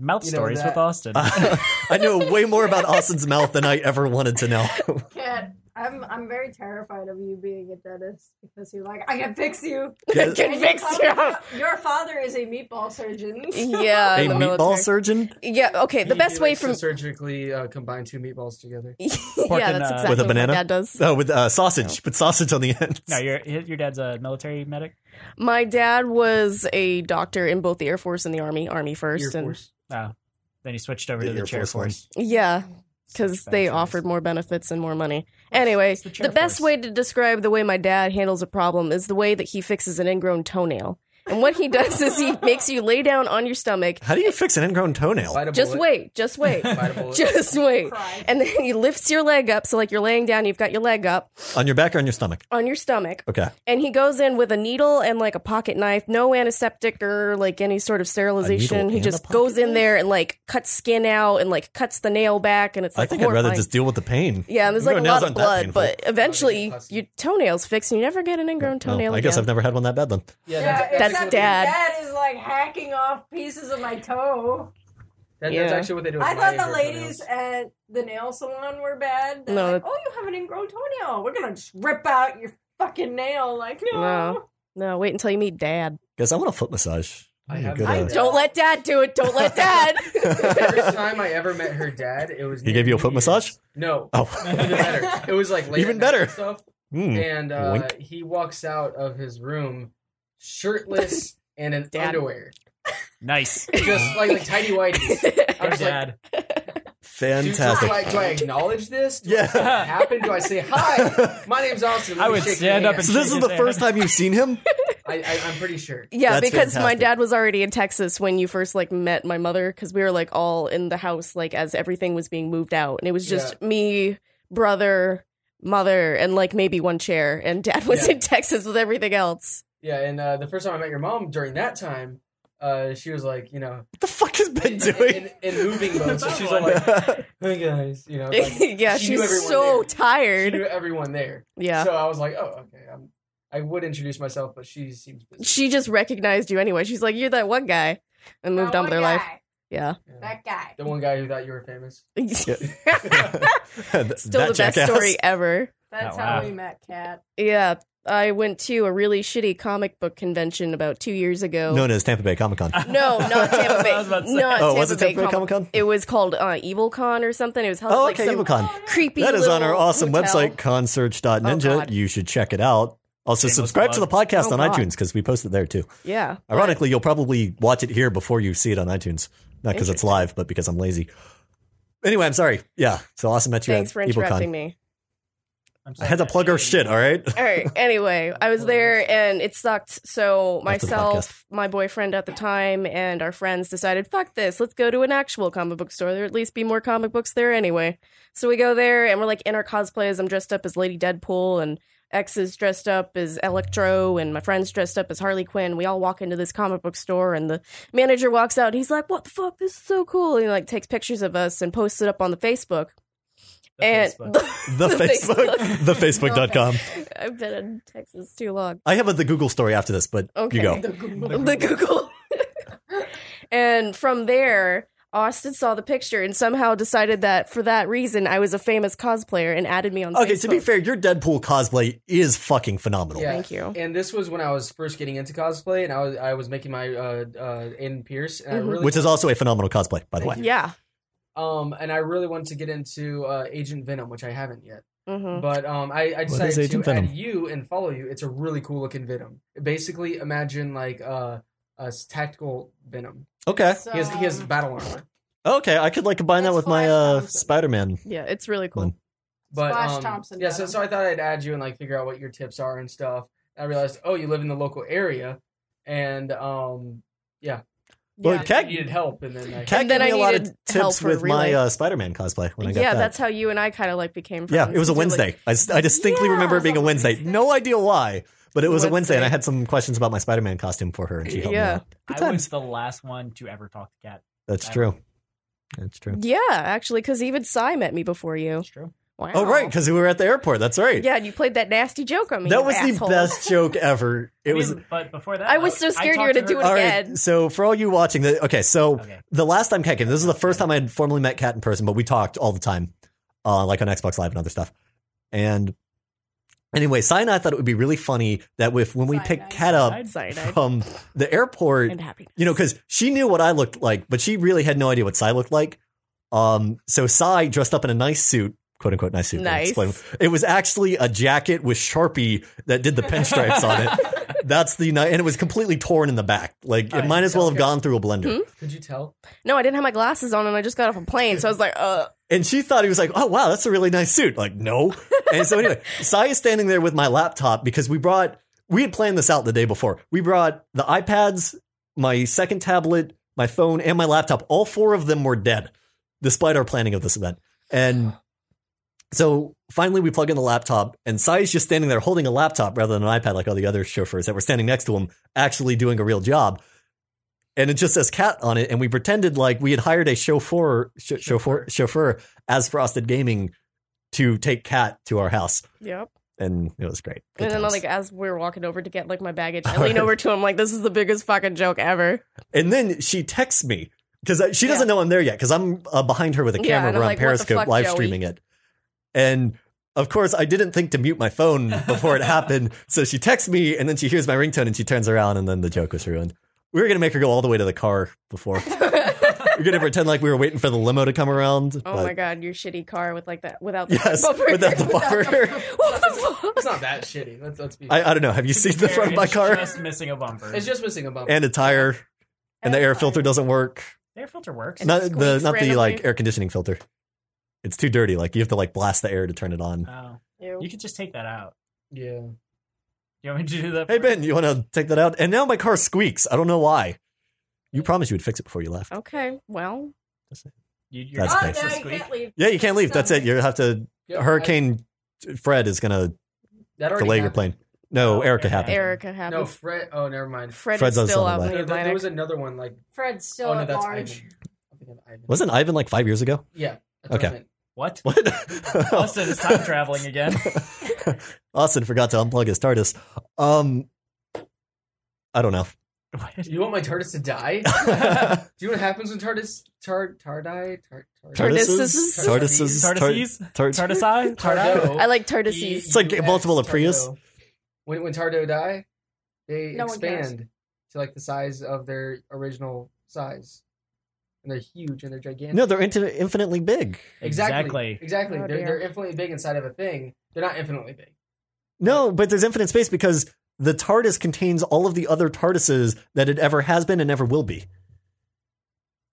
Speaker 6: Mouth
Speaker 1: you know
Speaker 6: stories
Speaker 1: that-
Speaker 6: with Austin.
Speaker 2: I know way more about Austin's mouth than I ever wanted to know.
Speaker 4: Cat, I'm I'm very terrified of you being a dentist because you're like, I can fix you.
Speaker 2: Yeah,
Speaker 5: Can
Speaker 4: And
Speaker 5: fix
Speaker 4: your,
Speaker 5: you.
Speaker 4: father, your father is a meatball surgeon.
Speaker 5: Yeah,
Speaker 2: a
Speaker 5: in the
Speaker 2: meatball
Speaker 5: military.
Speaker 2: surgeon
Speaker 5: Yeah, okay. The
Speaker 1: he-
Speaker 5: best
Speaker 1: he
Speaker 5: way
Speaker 1: likes to
Speaker 5: from
Speaker 1: surgically uh, combine two meatballs together.
Speaker 6: Pork
Speaker 5: yeah,
Speaker 6: and,
Speaker 5: that's
Speaker 6: uh,
Speaker 5: exactly
Speaker 2: With a
Speaker 5: what my
Speaker 2: banana?
Speaker 5: dad does.
Speaker 2: oh, with uh, sausage, but sausage on the end.
Speaker 6: no, your your dad's a military medic.
Speaker 5: My dad was a doctor in both the Air Force and the Army. Army first,
Speaker 1: Ear
Speaker 5: and
Speaker 1: force.
Speaker 6: Oh, then he switched over
Speaker 2: The
Speaker 6: to the
Speaker 2: Air
Speaker 6: chair
Speaker 2: Force One.
Speaker 6: force
Speaker 5: yeah, because
Speaker 6: Such
Speaker 5: they
Speaker 6: bad choice.
Speaker 5: offered more benefits and more money. Anyway,
Speaker 6: It's the
Speaker 5: the,
Speaker 6: chair
Speaker 5: best
Speaker 6: force.
Speaker 5: way to describe the way my dad handles a problem is the way that he fixes an ingrown toenail. And what he does is he makes you lay down on your stomach.
Speaker 2: How do you fix an ingrown toenail?
Speaker 1: Bite a
Speaker 5: Just
Speaker 1: bullet.
Speaker 5: wait, just wait,
Speaker 1: Bite a bullet.
Speaker 5: just wait.
Speaker 4: Cry.
Speaker 5: And then he lifts your leg up. So, like, you're laying down, you've got your leg up
Speaker 2: On your back or on your stomach?
Speaker 5: on your stomach.
Speaker 2: Okay.
Speaker 5: And he goes in with a needle and like a pocket knife, no antiseptic or like any sort of sterilization. He
Speaker 2: and a
Speaker 5: just
Speaker 2: pocket
Speaker 5: goes in there and like cuts skin out and like cuts the nail back, and it's
Speaker 2: I
Speaker 5: like
Speaker 2: think I'd rather
Speaker 5: horrifying.
Speaker 2: just deal with the pain.
Speaker 5: yeah, and there's like a
Speaker 2: Ingrown nails
Speaker 5: lot
Speaker 2: aren't
Speaker 5: of
Speaker 2: that
Speaker 5: blood,
Speaker 2: painful.
Speaker 5: but eventually
Speaker 1: pussy.
Speaker 5: your toenails fixed, and you never get an ingrown
Speaker 2: Well,
Speaker 5: toenail.
Speaker 2: I guess I've
Speaker 5: again.
Speaker 2: never had one that bad then.
Speaker 1: Yeah,
Speaker 4: except
Speaker 5: That's dad.
Speaker 4: Dad is like hacking off pieces of my toe.
Speaker 1: That,
Speaker 5: Yeah.
Speaker 1: That's actually what they do. with
Speaker 4: I
Speaker 1: my
Speaker 4: thought the
Speaker 1: ingrown
Speaker 4: ladies
Speaker 1: toenails.
Speaker 4: at the nail salon were bad. They're
Speaker 5: No,
Speaker 4: like, oh, you have an ingrown toenail. We're gonna just rip out your fucking nail. Like, no.
Speaker 5: No. No, wait until you meet dad.
Speaker 2: Guys, I want a foot massage.
Speaker 1: I
Speaker 2: I'm
Speaker 1: have-
Speaker 2: good
Speaker 1: I
Speaker 2: at it.
Speaker 5: Don't let dad do it. Don't let dad.
Speaker 1: Every time I ever met her dad, it was
Speaker 2: uh, He gave you a foot
Speaker 1: New
Speaker 2: massage?
Speaker 1: Year's. No, even
Speaker 2: Oh.
Speaker 1: better. It was like late at
Speaker 2: Even
Speaker 1: night
Speaker 2: better.
Speaker 1: and stuff.
Speaker 2: Hmm.
Speaker 1: And uh,
Speaker 2: Wink.
Speaker 1: he walks out of his room shirtless and in
Speaker 5: Dad.
Speaker 1: underwear,
Speaker 6: Nice.
Speaker 1: just like like tidy whities. I
Speaker 6: Your
Speaker 1: was like,
Speaker 6: dad.
Speaker 1: do, do, I,
Speaker 2: Fantastic.
Speaker 1: do I acknowledge this? Do I
Speaker 2: Yeah.
Speaker 1: see what happened? Do I say hi? My name's Austin. Let
Speaker 6: I
Speaker 1: me
Speaker 6: would
Speaker 1: shake your
Speaker 6: stand up
Speaker 1: hand."
Speaker 2: so this is the first time you've seen him?
Speaker 1: I, I, I'm pretty sure.
Speaker 5: Yeah,
Speaker 2: That's
Speaker 5: because my
Speaker 2: fantastic.
Speaker 5: dad was already in Texas when you first like met my mother because we were like all in the house like as everything was being moved out and it was just me, brother, mother, and like maybe one chair and dad was
Speaker 1: Yeah.
Speaker 5: in Texas with everything else.
Speaker 1: Yeah, and uh, the first time I met your mom during that time, uh, she was like, you know,
Speaker 2: What the fuck has been
Speaker 1: in, in,
Speaker 2: doing?
Speaker 1: in moving mode. So she's all like, hey guys, you know, like,
Speaker 5: yeah,
Speaker 1: she
Speaker 5: she
Speaker 1: knew
Speaker 5: was
Speaker 1: everyone
Speaker 5: so
Speaker 1: there. she
Speaker 5: tired.
Speaker 1: knew everyone there.
Speaker 5: yeah.
Speaker 1: So I was like, oh, okay. I'm, I would introduce myself, but she seems busy.
Speaker 5: she just recognized you anyway. She's like, You're that one guy and moved
Speaker 4: That
Speaker 5: on with their
Speaker 4: one
Speaker 5: life.
Speaker 4: guy.
Speaker 5: Yeah.
Speaker 1: Yeah.
Speaker 4: That guy.
Speaker 1: the one guy who thought you were famous.
Speaker 5: Still
Speaker 2: That
Speaker 5: the best
Speaker 2: jackass.
Speaker 5: story ever.
Speaker 4: That's
Speaker 6: Oh,
Speaker 4: how
Speaker 6: wow.
Speaker 4: we met, Cat.
Speaker 5: Yeah. I went to a really shitty comic book convention about two years ago.
Speaker 2: Known as Tampa Bay Comic Con.
Speaker 5: No, not Tampa Bay.
Speaker 6: I was about to say.
Speaker 5: Not
Speaker 2: Oh,
Speaker 5: Tampa
Speaker 2: was it Tampa Bay
Speaker 5: Com-
Speaker 2: Comic Con?
Speaker 5: It was called uh, Evil Con or something. It was held at,
Speaker 2: Oh,
Speaker 5: like
Speaker 2: okay,
Speaker 5: some
Speaker 2: Evil Con.
Speaker 5: creepy.
Speaker 2: That is on our
Speaker 5: little
Speaker 2: awesome
Speaker 5: hotel.
Speaker 2: website,
Speaker 5: Oh,
Speaker 2: consearch.ninja.
Speaker 5: God.
Speaker 2: you should check it out. Also,
Speaker 6: Shameless
Speaker 2: subscribe to the
Speaker 6: plug.
Speaker 2: podcast
Speaker 5: Oh,
Speaker 2: on
Speaker 5: God.
Speaker 2: iTunes because we post it there too.
Speaker 5: Yeah,
Speaker 2: Ironically, you'll probably watch it here before you see it on iTunes. Not because it's
Speaker 5: Interesting.
Speaker 2: live, but because I'm lazy. Anyway, I'm sorry. Yeah. So awesome at you.
Speaker 5: thanks for
Speaker 2: at EvilCon.
Speaker 5: interrupting me.
Speaker 6: I'm
Speaker 2: I
Speaker 6: sorry.
Speaker 2: had to plug her shit, all right?
Speaker 5: All right. Anyway, I was there and it sucked. So
Speaker 2: After the
Speaker 5: myself, my boyfriend at the time, and our friends decided, "Fuck this! Let's go to an actual comic book store. There at least be more comic books there anyway." So we go there and we're like in our cosplays. I'm dressed up as Lady Deadpool and. X is dressed up as Electro, and my friend's dressed up as Harley Quinn. We all walk into this comic book store, and the manager walks out. And he's like, "What the fuck? This is so cool!" And he like takes pictures of us and posts it up on the Facebook.
Speaker 6: The
Speaker 5: and
Speaker 6: Facebook.
Speaker 2: The,
Speaker 5: The
Speaker 2: Facebook.
Speaker 5: Facebook.
Speaker 2: the Facebook.com.
Speaker 5: I've been in Texas too long.
Speaker 2: I have a the Google story after this, but
Speaker 5: Okay.
Speaker 2: you go.
Speaker 4: The Google.
Speaker 5: the Google. and from there, Austin saw the picture and somehow decided that for that reason I was a famous cosplayer and added me on
Speaker 2: Okay,
Speaker 5: Facebook.
Speaker 2: to be fair, your Deadpool cosplay is fucking phenomenal.
Speaker 1: Yeah.
Speaker 5: Thank you.
Speaker 1: And this was when I was first getting into cosplay, and I was I was making my uh, uh, Aiden Pierce, and
Speaker 5: Mhm.
Speaker 1: I really
Speaker 2: Mm-hmm. Which is also a phenomenal cosplay, by the way.
Speaker 1: Thank
Speaker 5: Yeah.
Speaker 1: um, and I really wanted to get into uh, Agent Venom, which I haven't yet.
Speaker 5: hmm
Speaker 1: But um, I, I
Speaker 2: Mm. is
Speaker 1: decided to
Speaker 2: Agent Venom?
Speaker 1: add you and follow you. It's a really cool looking Venom. Basically, imagine like uh, a tactical Venom.
Speaker 2: Okay.
Speaker 4: So,
Speaker 1: He has he has
Speaker 4: um,
Speaker 1: battle armor,
Speaker 2: Okay, I could like combine that
Speaker 4: That's
Speaker 2: with my
Speaker 4: Flash
Speaker 2: uh,
Speaker 4: Thompson.
Speaker 2: Spider Man.
Speaker 5: Yeah, it's really cool.
Speaker 2: One.
Speaker 1: but
Speaker 4: Flash
Speaker 1: um,
Speaker 4: Thompson
Speaker 1: Yeah, so,
Speaker 4: Venom.
Speaker 1: so I thought I'd add you and like figure out what your tips are and stuff. I realized, oh, you live in the local area, and um,
Speaker 2: Well,
Speaker 5: Yeah.
Speaker 1: I
Speaker 2: Cat,
Speaker 1: needed help, and then I
Speaker 2: Cat
Speaker 5: And then
Speaker 2: gave me a
Speaker 5: I
Speaker 2: lot of
Speaker 5: needed help
Speaker 2: tips
Speaker 5: for
Speaker 2: with my
Speaker 5: relay.
Speaker 2: uh, Spider Man cosplay when I got
Speaker 5: yeah,
Speaker 2: that.
Speaker 5: that's how you and I kind of like became friends.
Speaker 2: yeah, it was a
Speaker 5: You're like-
Speaker 2: Wednesday. I, s- I distinctly
Speaker 4: Yeah,
Speaker 2: remember it
Speaker 4: it was
Speaker 2: being
Speaker 4: a
Speaker 2: a Wednesday.
Speaker 4: Wednesday.
Speaker 2: No idea why, But it was a
Speaker 5: Wednesday.
Speaker 2: Wednesday, and I had some questions about my Spider Man costume for her, and she helped me
Speaker 5: Yeah.
Speaker 2: out. Good
Speaker 6: I
Speaker 2: times.
Speaker 6: was the last one to ever talk to Kat.
Speaker 2: That's
Speaker 6: I-
Speaker 2: true. That's true.
Speaker 5: Yeah, actually, because even Cy met me before you.
Speaker 6: That's true.
Speaker 5: Wow.
Speaker 2: Oh, right, because we were at the airport. That's right.
Speaker 5: Yeah, and you played that nasty joke on me.
Speaker 2: that
Speaker 5: you
Speaker 2: was
Speaker 5: asshole.
Speaker 2: the best joke ever. It
Speaker 6: I
Speaker 2: was.
Speaker 6: mean, but before that,
Speaker 5: I was so scared you were
Speaker 6: talked
Speaker 5: gonna
Speaker 6: her-
Speaker 5: do it
Speaker 2: All
Speaker 5: again.
Speaker 2: right. So for all you watching, the, okay. So
Speaker 6: Okay.
Speaker 2: the last time Kat came, this is the first time I had formally met Kat in person, but we talked all the time, uh, like on Xbox Live and other stuff. And anyway, Cy and I thought it would be really funny that with when we
Speaker 4: Cy
Speaker 2: picked
Speaker 4: and I-
Speaker 2: Kat up
Speaker 5: Cyanide
Speaker 2: from the airport,
Speaker 5: and happiness.
Speaker 2: you know, because she knew what I looked like, but she really had no idea what Cy looked like. Um, so Cy dressed up in a nice suit, quote unquote nice suit. I'll
Speaker 5: Nice.
Speaker 2: explain. It was actually a jacket with Sharpie that did the pinstripes on it. That's the ni- and it was completely torn in the back. Like it
Speaker 1: Nice.
Speaker 2: might as well have
Speaker 1: Okay.
Speaker 2: gone through a blender.
Speaker 5: Hmm?
Speaker 1: Could you tell?
Speaker 5: No, I didn't have my glasses on, and I just got off a plane, so I was like, uh.
Speaker 2: And she thought he was like, oh, wow, that's a really nice suit. Like, no. And so, anyway, Sai is standing there with my laptop because we brought, we had planned this out the day before. We brought the iPads, my second tablet, my phone, and my laptop. All four of them were dead, despite our planning of this event. And so finally, we plug in the laptop, and Sai's just standing there holding a laptop rather than an iPad like all the other chauffeurs that were standing next to him, actually doing a real job. And it just says cat on it, and we pretended like we had hired a chauffeur, ch- chauffeur, chauffeur as Frosted Gaming to take cat to our house,
Speaker 5: Yep.
Speaker 2: and it was great. Good
Speaker 5: And then,
Speaker 2: times.
Speaker 5: like, as we were walking over to get, like, my baggage, I lean over to him, like, this is the biggest fucking joke ever.
Speaker 2: And then she texts me because she doesn't
Speaker 5: Yeah.
Speaker 2: know I'm there yet because I'm uh, behind her with a
Speaker 5: Yeah,
Speaker 2: camera.
Speaker 5: and
Speaker 2: We're
Speaker 5: I'm
Speaker 2: on
Speaker 5: like, what the
Speaker 2: Periscope
Speaker 5: fuck,
Speaker 2: live
Speaker 5: Joey?
Speaker 2: streaming it. And of course, I didn't think to mute my phone before it happened. So she texts me and then she hears my ringtone and she turns around and then the joke was ruined. We were going to make her go all the way to the car before. we are going to pretend like we were waiting for the limo to come around.
Speaker 5: Oh
Speaker 2: but-
Speaker 5: my god, your shitty car with, like, that, without the
Speaker 2: Yes,
Speaker 5: bumper.
Speaker 2: without the bumper.
Speaker 5: what the fuck?
Speaker 1: It's not that shitty. Let's let's be.
Speaker 2: I, I don't know. Have you seen the front of my
Speaker 6: It's
Speaker 2: car?
Speaker 6: Just missing a bumper.
Speaker 1: it's just missing a bump.
Speaker 2: And a tire. And the air filter doesn't work.
Speaker 6: the air filter works.
Speaker 5: And
Speaker 2: not
Speaker 5: it
Speaker 2: the
Speaker 5: squeaks
Speaker 2: not the like
Speaker 5: randomly.
Speaker 2: air conditioning filter. It's too dirty. Like you have to like blast the air to turn it on.
Speaker 6: Oh,
Speaker 5: Ew.
Speaker 6: you could just take that out.
Speaker 1: yeah.
Speaker 6: You want me to do that?
Speaker 2: Hey
Speaker 6: for you?
Speaker 2: Ben, you want to take that out? And now my car squeaks. I don't know why. You promised you would fix it before you left.
Speaker 5: Okay, well,
Speaker 6: You, you're
Speaker 2: That's
Speaker 4: oh,
Speaker 2: nice.
Speaker 4: no,
Speaker 6: This
Speaker 4: you
Speaker 6: week.
Speaker 4: can't leave.
Speaker 2: Yeah, you can't leave. That's it. You have to.
Speaker 1: Yep,
Speaker 2: Hurricane Fred is gonna
Speaker 1: I- that already
Speaker 2: delay your
Speaker 1: happened.
Speaker 2: plane. No,
Speaker 6: Oh,
Speaker 2: Erica
Speaker 6: okay.
Speaker 2: happened.
Speaker 5: Erica
Speaker 1: No,
Speaker 5: happens.
Speaker 1: Fred. Oh, never mind.
Speaker 5: Fred
Speaker 2: Fred's
Speaker 5: is
Speaker 2: on
Speaker 5: still
Speaker 2: Sunday night.
Speaker 5: out in the
Speaker 1: No, there, there
Speaker 5: Atlantic.
Speaker 1: was another one like.
Speaker 4: Fred's still
Speaker 1: Oh no,
Speaker 4: at
Speaker 1: that's
Speaker 4: large.
Speaker 1: Ivan. I think that's Ivan.
Speaker 2: Wasn't Ivan like five years ago?
Speaker 1: Yeah. that's what I
Speaker 2: Okay.
Speaker 1: meant.
Speaker 6: What?
Speaker 2: What? Oh.
Speaker 6: Austin is time traveling again.
Speaker 2: Austin forgot to unplug his TARDIS. Um, I don't know.
Speaker 1: You want my TARDIS to die? Do you know what happens when TARDIS tar tar die tar tar
Speaker 2: TARDISes,
Speaker 5: Tardises.
Speaker 2: TARDIses, tar-
Speaker 6: Tardises?
Speaker 2: tar-
Speaker 6: Tardisai? Tardo?
Speaker 5: I like tortoises.
Speaker 2: It's like multiple Prius.
Speaker 1: Prius. When when Tardo die, they
Speaker 4: No one cares.
Speaker 1: expand to like the size of their original size, and they're huge and they're gigantic.
Speaker 2: No, they're inti- infinitely big.
Speaker 6: Exactly.
Speaker 1: exactly, exactly.
Speaker 5: Oh,
Speaker 1: they're
Speaker 5: dear.
Speaker 1: they're infinitely big inside of a thing. They're not infinitely big.
Speaker 2: No, but there's infinite space because the TARDIS contains all of the other TARDISes that it ever has been and ever will be.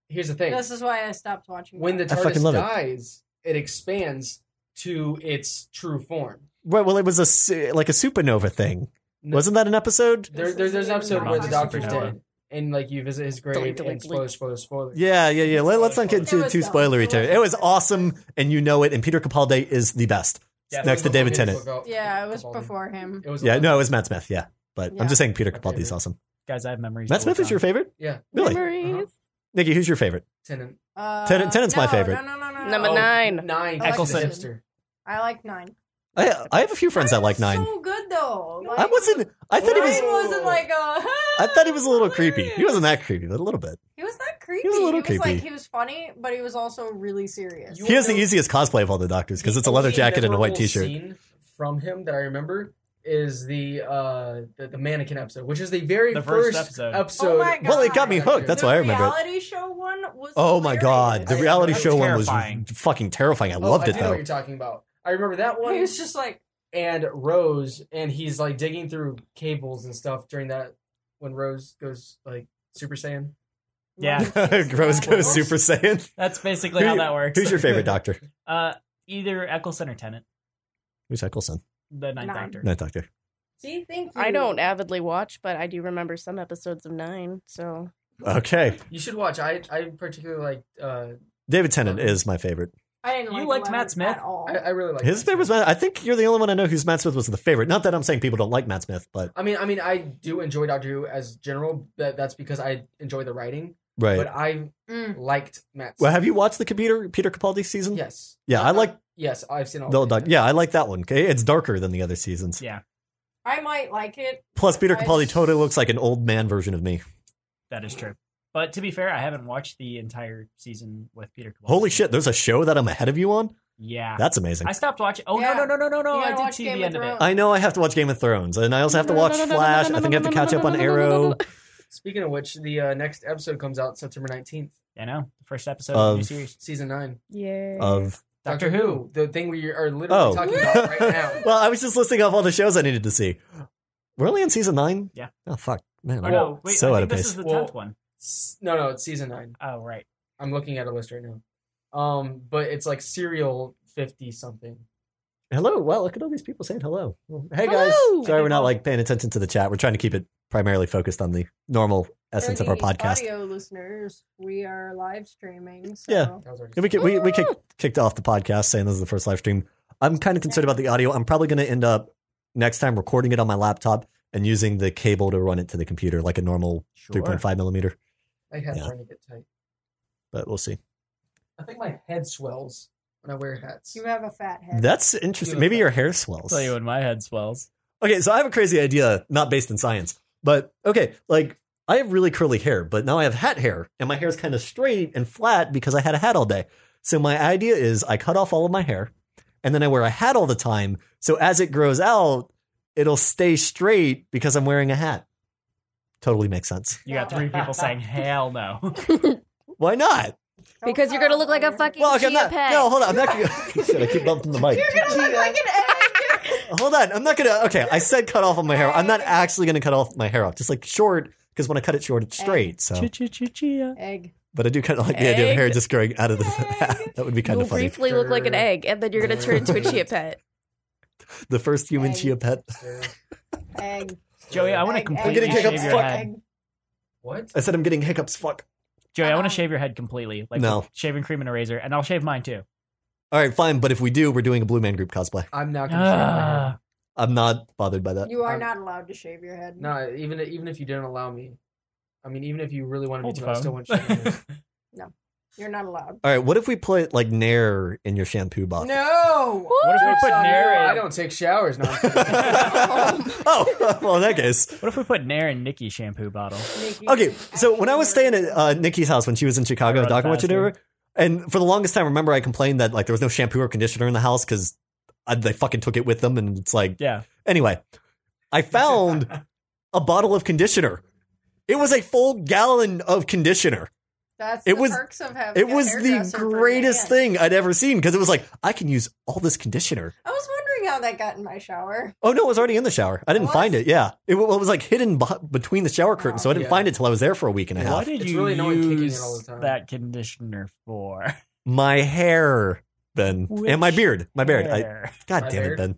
Speaker 1: Here's the thing:
Speaker 4: This is why I stopped watching.
Speaker 1: when the
Speaker 4: that.
Speaker 2: I fucking
Speaker 1: TARDIS
Speaker 2: love it.
Speaker 1: dies, it expands to its true form.
Speaker 2: Right. Well, it was a su- like a supernova thing.
Speaker 1: No.
Speaker 2: Wasn't that an episode?
Speaker 1: There,
Speaker 4: This
Speaker 1: there, there's an
Speaker 4: isn't
Speaker 1: episode
Speaker 4: even
Speaker 1: where
Speaker 6: about
Speaker 1: the
Speaker 6: the
Speaker 1: doctor's
Speaker 6: supernova.
Speaker 1: dead, and like you visit his grave.
Speaker 5: Delete, delete,
Speaker 1: and spoiler,
Speaker 5: delete.
Speaker 1: spoiler, spoiler.
Speaker 2: Yeah, yeah, yeah. Let, us not get too, too spoilery. To it. it was awesome, and you know it. And Peter Capaldi is the best.
Speaker 1: It was
Speaker 2: Next to David
Speaker 1: before
Speaker 2: Tennant.
Speaker 1: Capaldi.
Speaker 4: yeah, it was
Speaker 1: Capaldi.
Speaker 4: before him.
Speaker 1: It was
Speaker 2: Yeah.
Speaker 1: Elizabeth.
Speaker 2: No, it was Matt Smith. Yeah, but
Speaker 5: Yeah.
Speaker 2: I'm just saying Peter
Speaker 1: My
Speaker 2: Capaldi is
Speaker 1: favorite.
Speaker 2: awesome.
Speaker 6: Guys, I have memories.
Speaker 2: Matt
Speaker 6: all the
Speaker 2: Smith is your
Speaker 6: time.
Speaker 2: favorite?
Speaker 1: Yeah.
Speaker 2: Really?
Speaker 5: Memories.
Speaker 2: Nikki, who's your favorite?
Speaker 1: Tennant.
Speaker 4: Uh,
Speaker 2: Tenet- Tenet's my
Speaker 4: no,
Speaker 2: favorite. Oh.
Speaker 4: No, no, no,
Speaker 1: Uh-huh.
Speaker 4: no.
Speaker 1: Oh.
Speaker 5: Number
Speaker 4: no.
Speaker 5: nine.
Speaker 1: Nine.
Speaker 4: I like
Speaker 1: Eccleston.
Speaker 4: Eccleston.
Speaker 1: Sister.
Speaker 4: I like nine.
Speaker 2: I I have a few friends that like Nine.
Speaker 4: So good though. Like,
Speaker 2: I wasn't. I thought he
Speaker 4: Nine
Speaker 2: was.
Speaker 4: wasn't like a.
Speaker 2: I thought he was a little creepy. He wasn't that creepy, but a little bit.
Speaker 4: He was not creepy.
Speaker 2: He was a little
Speaker 4: Like,
Speaker 2: creepy.
Speaker 4: he was funny, but he was also really serious.
Speaker 1: You
Speaker 2: He has
Speaker 1: wanna
Speaker 2: the
Speaker 1: know
Speaker 2: easiest cosplay of all the doctors because
Speaker 1: the
Speaker 2: it's a leather
Speaker 1: only
Speaker 2: jacket and a white
Speaker 1: memorable
Speaker 2: T-shirt.
Speaker 1: Scene from him that I remember is the uh the, the mannequin episode, which is the very
Speaker 6: The
Speaker 1: first,
Speaker 6: first episode.
Speaker 1: episode.
Speaker 4: Oh my god.
Speaker 2: Well, it got me hooked. That's
Speaker 4: the
Speaker 2: why I remember it.
Speaker 4: reality show one was.
Speaker 2: Oh my god,
Speaker 4: hilarious.
Speaker 2: the reality
Speaker 1: That's
Speaker 2: show one
Speaker 6: terrifying.
Speaker 2: was fucking terrifying. I
Speaker 1: Oh,
Speaker 2: loved
Speaker 1: I
Speaker 2: it
Speaker 1: do know what
Speaker 2: though.
Speaker 1: you're talking about. I remember that
Speaker 4: He
Speaker 1: one
Speaker 4: was just like,
Speaker 1: and Rose, and he's like digging through cables and stuff during that when Rose goes like Super Saiyan.
Speaker 6: Yeah.
Speaker 2: Gross goes
Speaker 1: Gross.
Speaker 2: Super Saiyan.
Speaker 6: That's basically how that works.
Speaker 2: Who's your favorite doctor?
Speaker 6: Uh, either Eccleston or Tennant,
Speaker 2: Who's Eccleston?
Speaker 6: the Ninth
Speaker 4: Nine.
Speaker 6: Doctor.
Speaker 2: Night Doctor.
Speaker 4: See, thank you.
Speaker 5: I don't avidly watch, but I do remember some episodes of Nine. So
Speaker 2: Okay,
Speaker 1: You should watch. I I particularly like uh
Speaker 2: David Tennant is my favorite.
Speaker 4: I didn't.
Speaker 6: You
Speaker 4: like
Speaker 6: liked
Speaker 4: 11
Speaker 6: Matt Smith?
Speaker 4: at all.
Speaker 1: I, I really like
Speaker 2: His favorite was Matt. I think you're the only one I know who's Matt Smith was the favorite. Not that I'm saying people don't like Matt Smith, but
Speaker 1: I mean, I mean, I do enjoy Doctor Who as general. But that's because I enjoy the writing.
Speaker 2: right.
Speaker 1: But I
Speaker 4: Mm.
Speaker 1: liked Matt.
Speaker 2: well, have you watched the computer Peter Capaldi season?
Speaker 1: Yes.
Speaker 2: Yeah, I like
Speaker 1: Yes, I've seen all.
Speaker 2: the
Speaker 1: of
Speaker 2: doc-
Speaker 1: it.
Speaker 2: yeah, I like that one. Okay, it's darker than the other seasons.
Speaker 6: Yeah.
Speaker 4: I might like it.
Speaker 2: Plus, Peter
Speaker 4: I-
Speaker 2: Capaldi totally looks like an old man version of me.
Speaker 6: That is true. But to be fair, I haven't watched the entire season with Peter. Capaldi.
Speaker 2: Holy shit! There's a show that I'm ahead of you on.
Speaker 6: Yeah,
Speaker 2: That's amazing.
Speaker 6: I stopped watching. Oh
Speaker 4: Yeah.
Speaker 6: no no no no no no!
Speaker 4: You gotta
Speaker 6: I did
Speaker 4: watch
Speaker 6: see
Speaker 4: Game
Speaker 6: the
Speaker 4: of
Speaker 6: end of it.
Speaker 4: Thrones.
Speaker 2: I know I have to watch Game of Thrones, and I also have to watch Flash. I think I have to catch up on Arrow.
Speaker 1: Speaking of which, the uh, next episode comes out September nineteenth,
Speaker 6: I know the first episode of the new
Speaker 2: Of-
Speaker 6: series.
Speaker 1: season nine.
Speaker 5: Yeah.
Speaker 2: Of
Speaker 6: Doctor Who.
Speaker 1: the thing we are literally
Speaker 2: oh,
Speaker 1: talking about right now.
Speaker 2: well, I was just listing off all the shows I needed to see. We're only in season nine.
Speaker 6: Yeah.
Speaker 2: Oh fuck, man!
Speaker 6: Or
Speaker 2: I'm
Speaker 6: no, wait,
Speaker 2: so
Speaker 6: I
Speaker 2: out
Speaker 6: think this
Speaker 2: of pace.
Speaker 6: is the
Speaker 1: Well-
Speaker 6: tenth one.
Speaker 1: S- No, no, it's season nine.
Speaker 6: Oh right.
Speaker 1: I'm looking at a list right now. Um, but it's like serial fifty something.
Speaker 2: Hello. Wow, look at all these people saying hello. Well, Hey guys.
Speaker 5: Hello.
Speaker 2: Sorry, we're not like paying attention to the chat. We're trying to keep it primarily focused on the normal essence of our
Speaker 4: Any
Speaker 2: podcast.
Speaker 4: Audio listeners, we are live streaming. So.
Speaker 2: Yeah.
Speaker 1: That was already.
Speaker 2: And we ki- we we kick, kicked off the podcast saying this is the first live stream. I'm kind of concerned about the audio. I'm probably going to end up next time recording it on my laptop and using the cable to run it to the computer like a normal
Speaker 6: Sure.
Speaker 2: 3.5 millimeter.
Speaker 1: I had
Speaker 2: Yeah.
Speaker 1: trying to get tight.
Speaker 2: But we'll see.
Speaker 1: I think my head swells when I wear hats.
Speaker 4: You have a fat head.
Speaker 2: That's interesting. Maybe your hair swells.
Speaker 6: Tell you when my head swells.
Speaker 2: Okay, so I have a crazy idea, not based in science, but okay, like I have really curly hair, but now I have hat hair, and my hair is kind of straight and flat because I had a hat all day. So my idea is I cut off all of my hair, and then I wear a hat all the time. So as it grows out, it'll stay straight because I'm wearing a hat. Totally makes sense.
Speaker 6: You got three people saying hell no.
Speaker 2: Why not?
Speaker 4: Oh,
Speaker 5: because you're gonna look like a fucking
Speaker 2: Well, okay,
Speaker 5: chia
Speaker 2: I'm not.
Speaker 5: pet.
Speaker 2: No, hold on. I'm not gonna. Shit, I keep bumping the mic. Uh,
Speaker 4: You're gonna look like an egg.
Speaker 2: Hold on. I'm not gonna. Okay, I said cut off on my hair. I'm not actually gonna cut off my hair off. Just like short, because when I cut it short, it's straight. So.
Speaker 6: Chia.
Speaker 4: Egg.
Speaker 2: But I do kind of like the idea of
Speaker 5: Egg.
Speaker 2: hair just growing out of the hat. That would be kind
Speaker 5: You'll
Speaker 2: of funny.
Speaker 5: briefly look like an egg, and then you're gonna turn into a chia pet.
Speaker 2: The first human
Speaker 4: Egg.
Speaker 2: chia pet.
Speaker 1: Sir,
Speaker 4: Egg.
Speaker 6: Joey, I want to
Speaker 4: egg,
Speaker 6: completely
Speaker 2: I'm
Speaker 6: shave
Speaker 2: getting
Speaker 6: your
Speaker 2: hiccups.
Speaker 4: egg,
Speaker 2: Fuck.
Speaker 6: head.
Speaker 4: egg.
Speaker 1: what?
Speaker 2: I said I'm getting hiccups. Fuck.
Speaker 6: Joey, I want
Speaker 4: Um,
Speaker 6: to shave your head completely, like
Speaker 2: No.
Speaker 6: with shaving cream and a razor, and I'll shave mine too.
Speaker 2: All right, fine. But if we do, we're doing a Blue Man Group cosplay.
Speaker 1: I'm not gonna. shave my head.
Speaker 6: Ah,
Speaker 2: I'm not bothered by that.
Speaker 4: You are
Speaker 1: Um,
Speaker 4: not allowed to shave your head.
Speaker 1: No, even even if you didn't allow me, I mean, even if you really wanted me
Speaker 6: hold
Speaker 1: to,
Speaker 6: the
Speaker 1: I still
Speaker 6: phone.
Speaker 1: want you. to.
Speaker 4: You're not allowed.
Speaker 2: All right, what if we put like Nair in your shampoo bottle?
Speaker 4: No.
Speaker 6: what if we put Nair
Speaker 1: I
Speaker 6: in?
Speaker 1: don't take showers. No, I'm kidding.
Speaker 2: oh, well, in that case.
Speaker 6: What if we put Nair in Nikki's shampoo bottle?
Speaker 4: Nikki,
Speaker 2: Okay, so when I was staying at
Speaker 4: actually,
Speaker 2: uh, Nikki's house when she was in Chicago,
Speaker 6: Run
Speaker 2: Doc, what you
Speaker 6: faster.
Speaker 2: do? And for the longest time, remember I complained that like there was no shampoo or conditioner in the house because they fucking took it with them, and it's like
Speaker 6: Yeah.
Speaker 2: Anyway, I found a bottle of conditioner. It was a full gallon of conditioner.
Speaker 4: That's
Speaker 2: it
Speaker 4: the
Speaker 2: was-
Speaker 4: perks of having
Speaker 2: It
Speaker 4: a
Speaker 2: was the
Speaker 4: hairdresser for
Speaker 2: greatest
Speaker 4: man.
Speaker 2: thing I'd ever seen because it was like, I can use all this conditioner.
Speaker 4: I was wondering how that got in my shower.
Speaker 2: Oh, no, it was already in the shower. I didn't
Speaker 4: was?
Speaker 2: find it. Yeah. It, wa- it was like hidden beh- between the shower curtain. So I
Speaker 6: Oh,
Speaker 2: didn't
Speaker 1: Yeah.
Speaker 2: find it till I was there for a week and a
Speaker 6: Why
Speaker 2: half.
Speaker 6: did
Speaker 1: It's
Speaker 6: you
Speaker 1: really annoying kicking it
Speaker 6: use
Speaker 1: all the time.
Speaker 6: that conditioner for?
Speaker 2: My hair, Ben, and my
Speaker 6: Which
Speaker 2: beard. My beard. I,
Speaker 6: Hair.
Speaker 2: God
Speaker 1: My
Speaker 2: damn
Speaker 1: beard?
Speaker 2: it, Ben.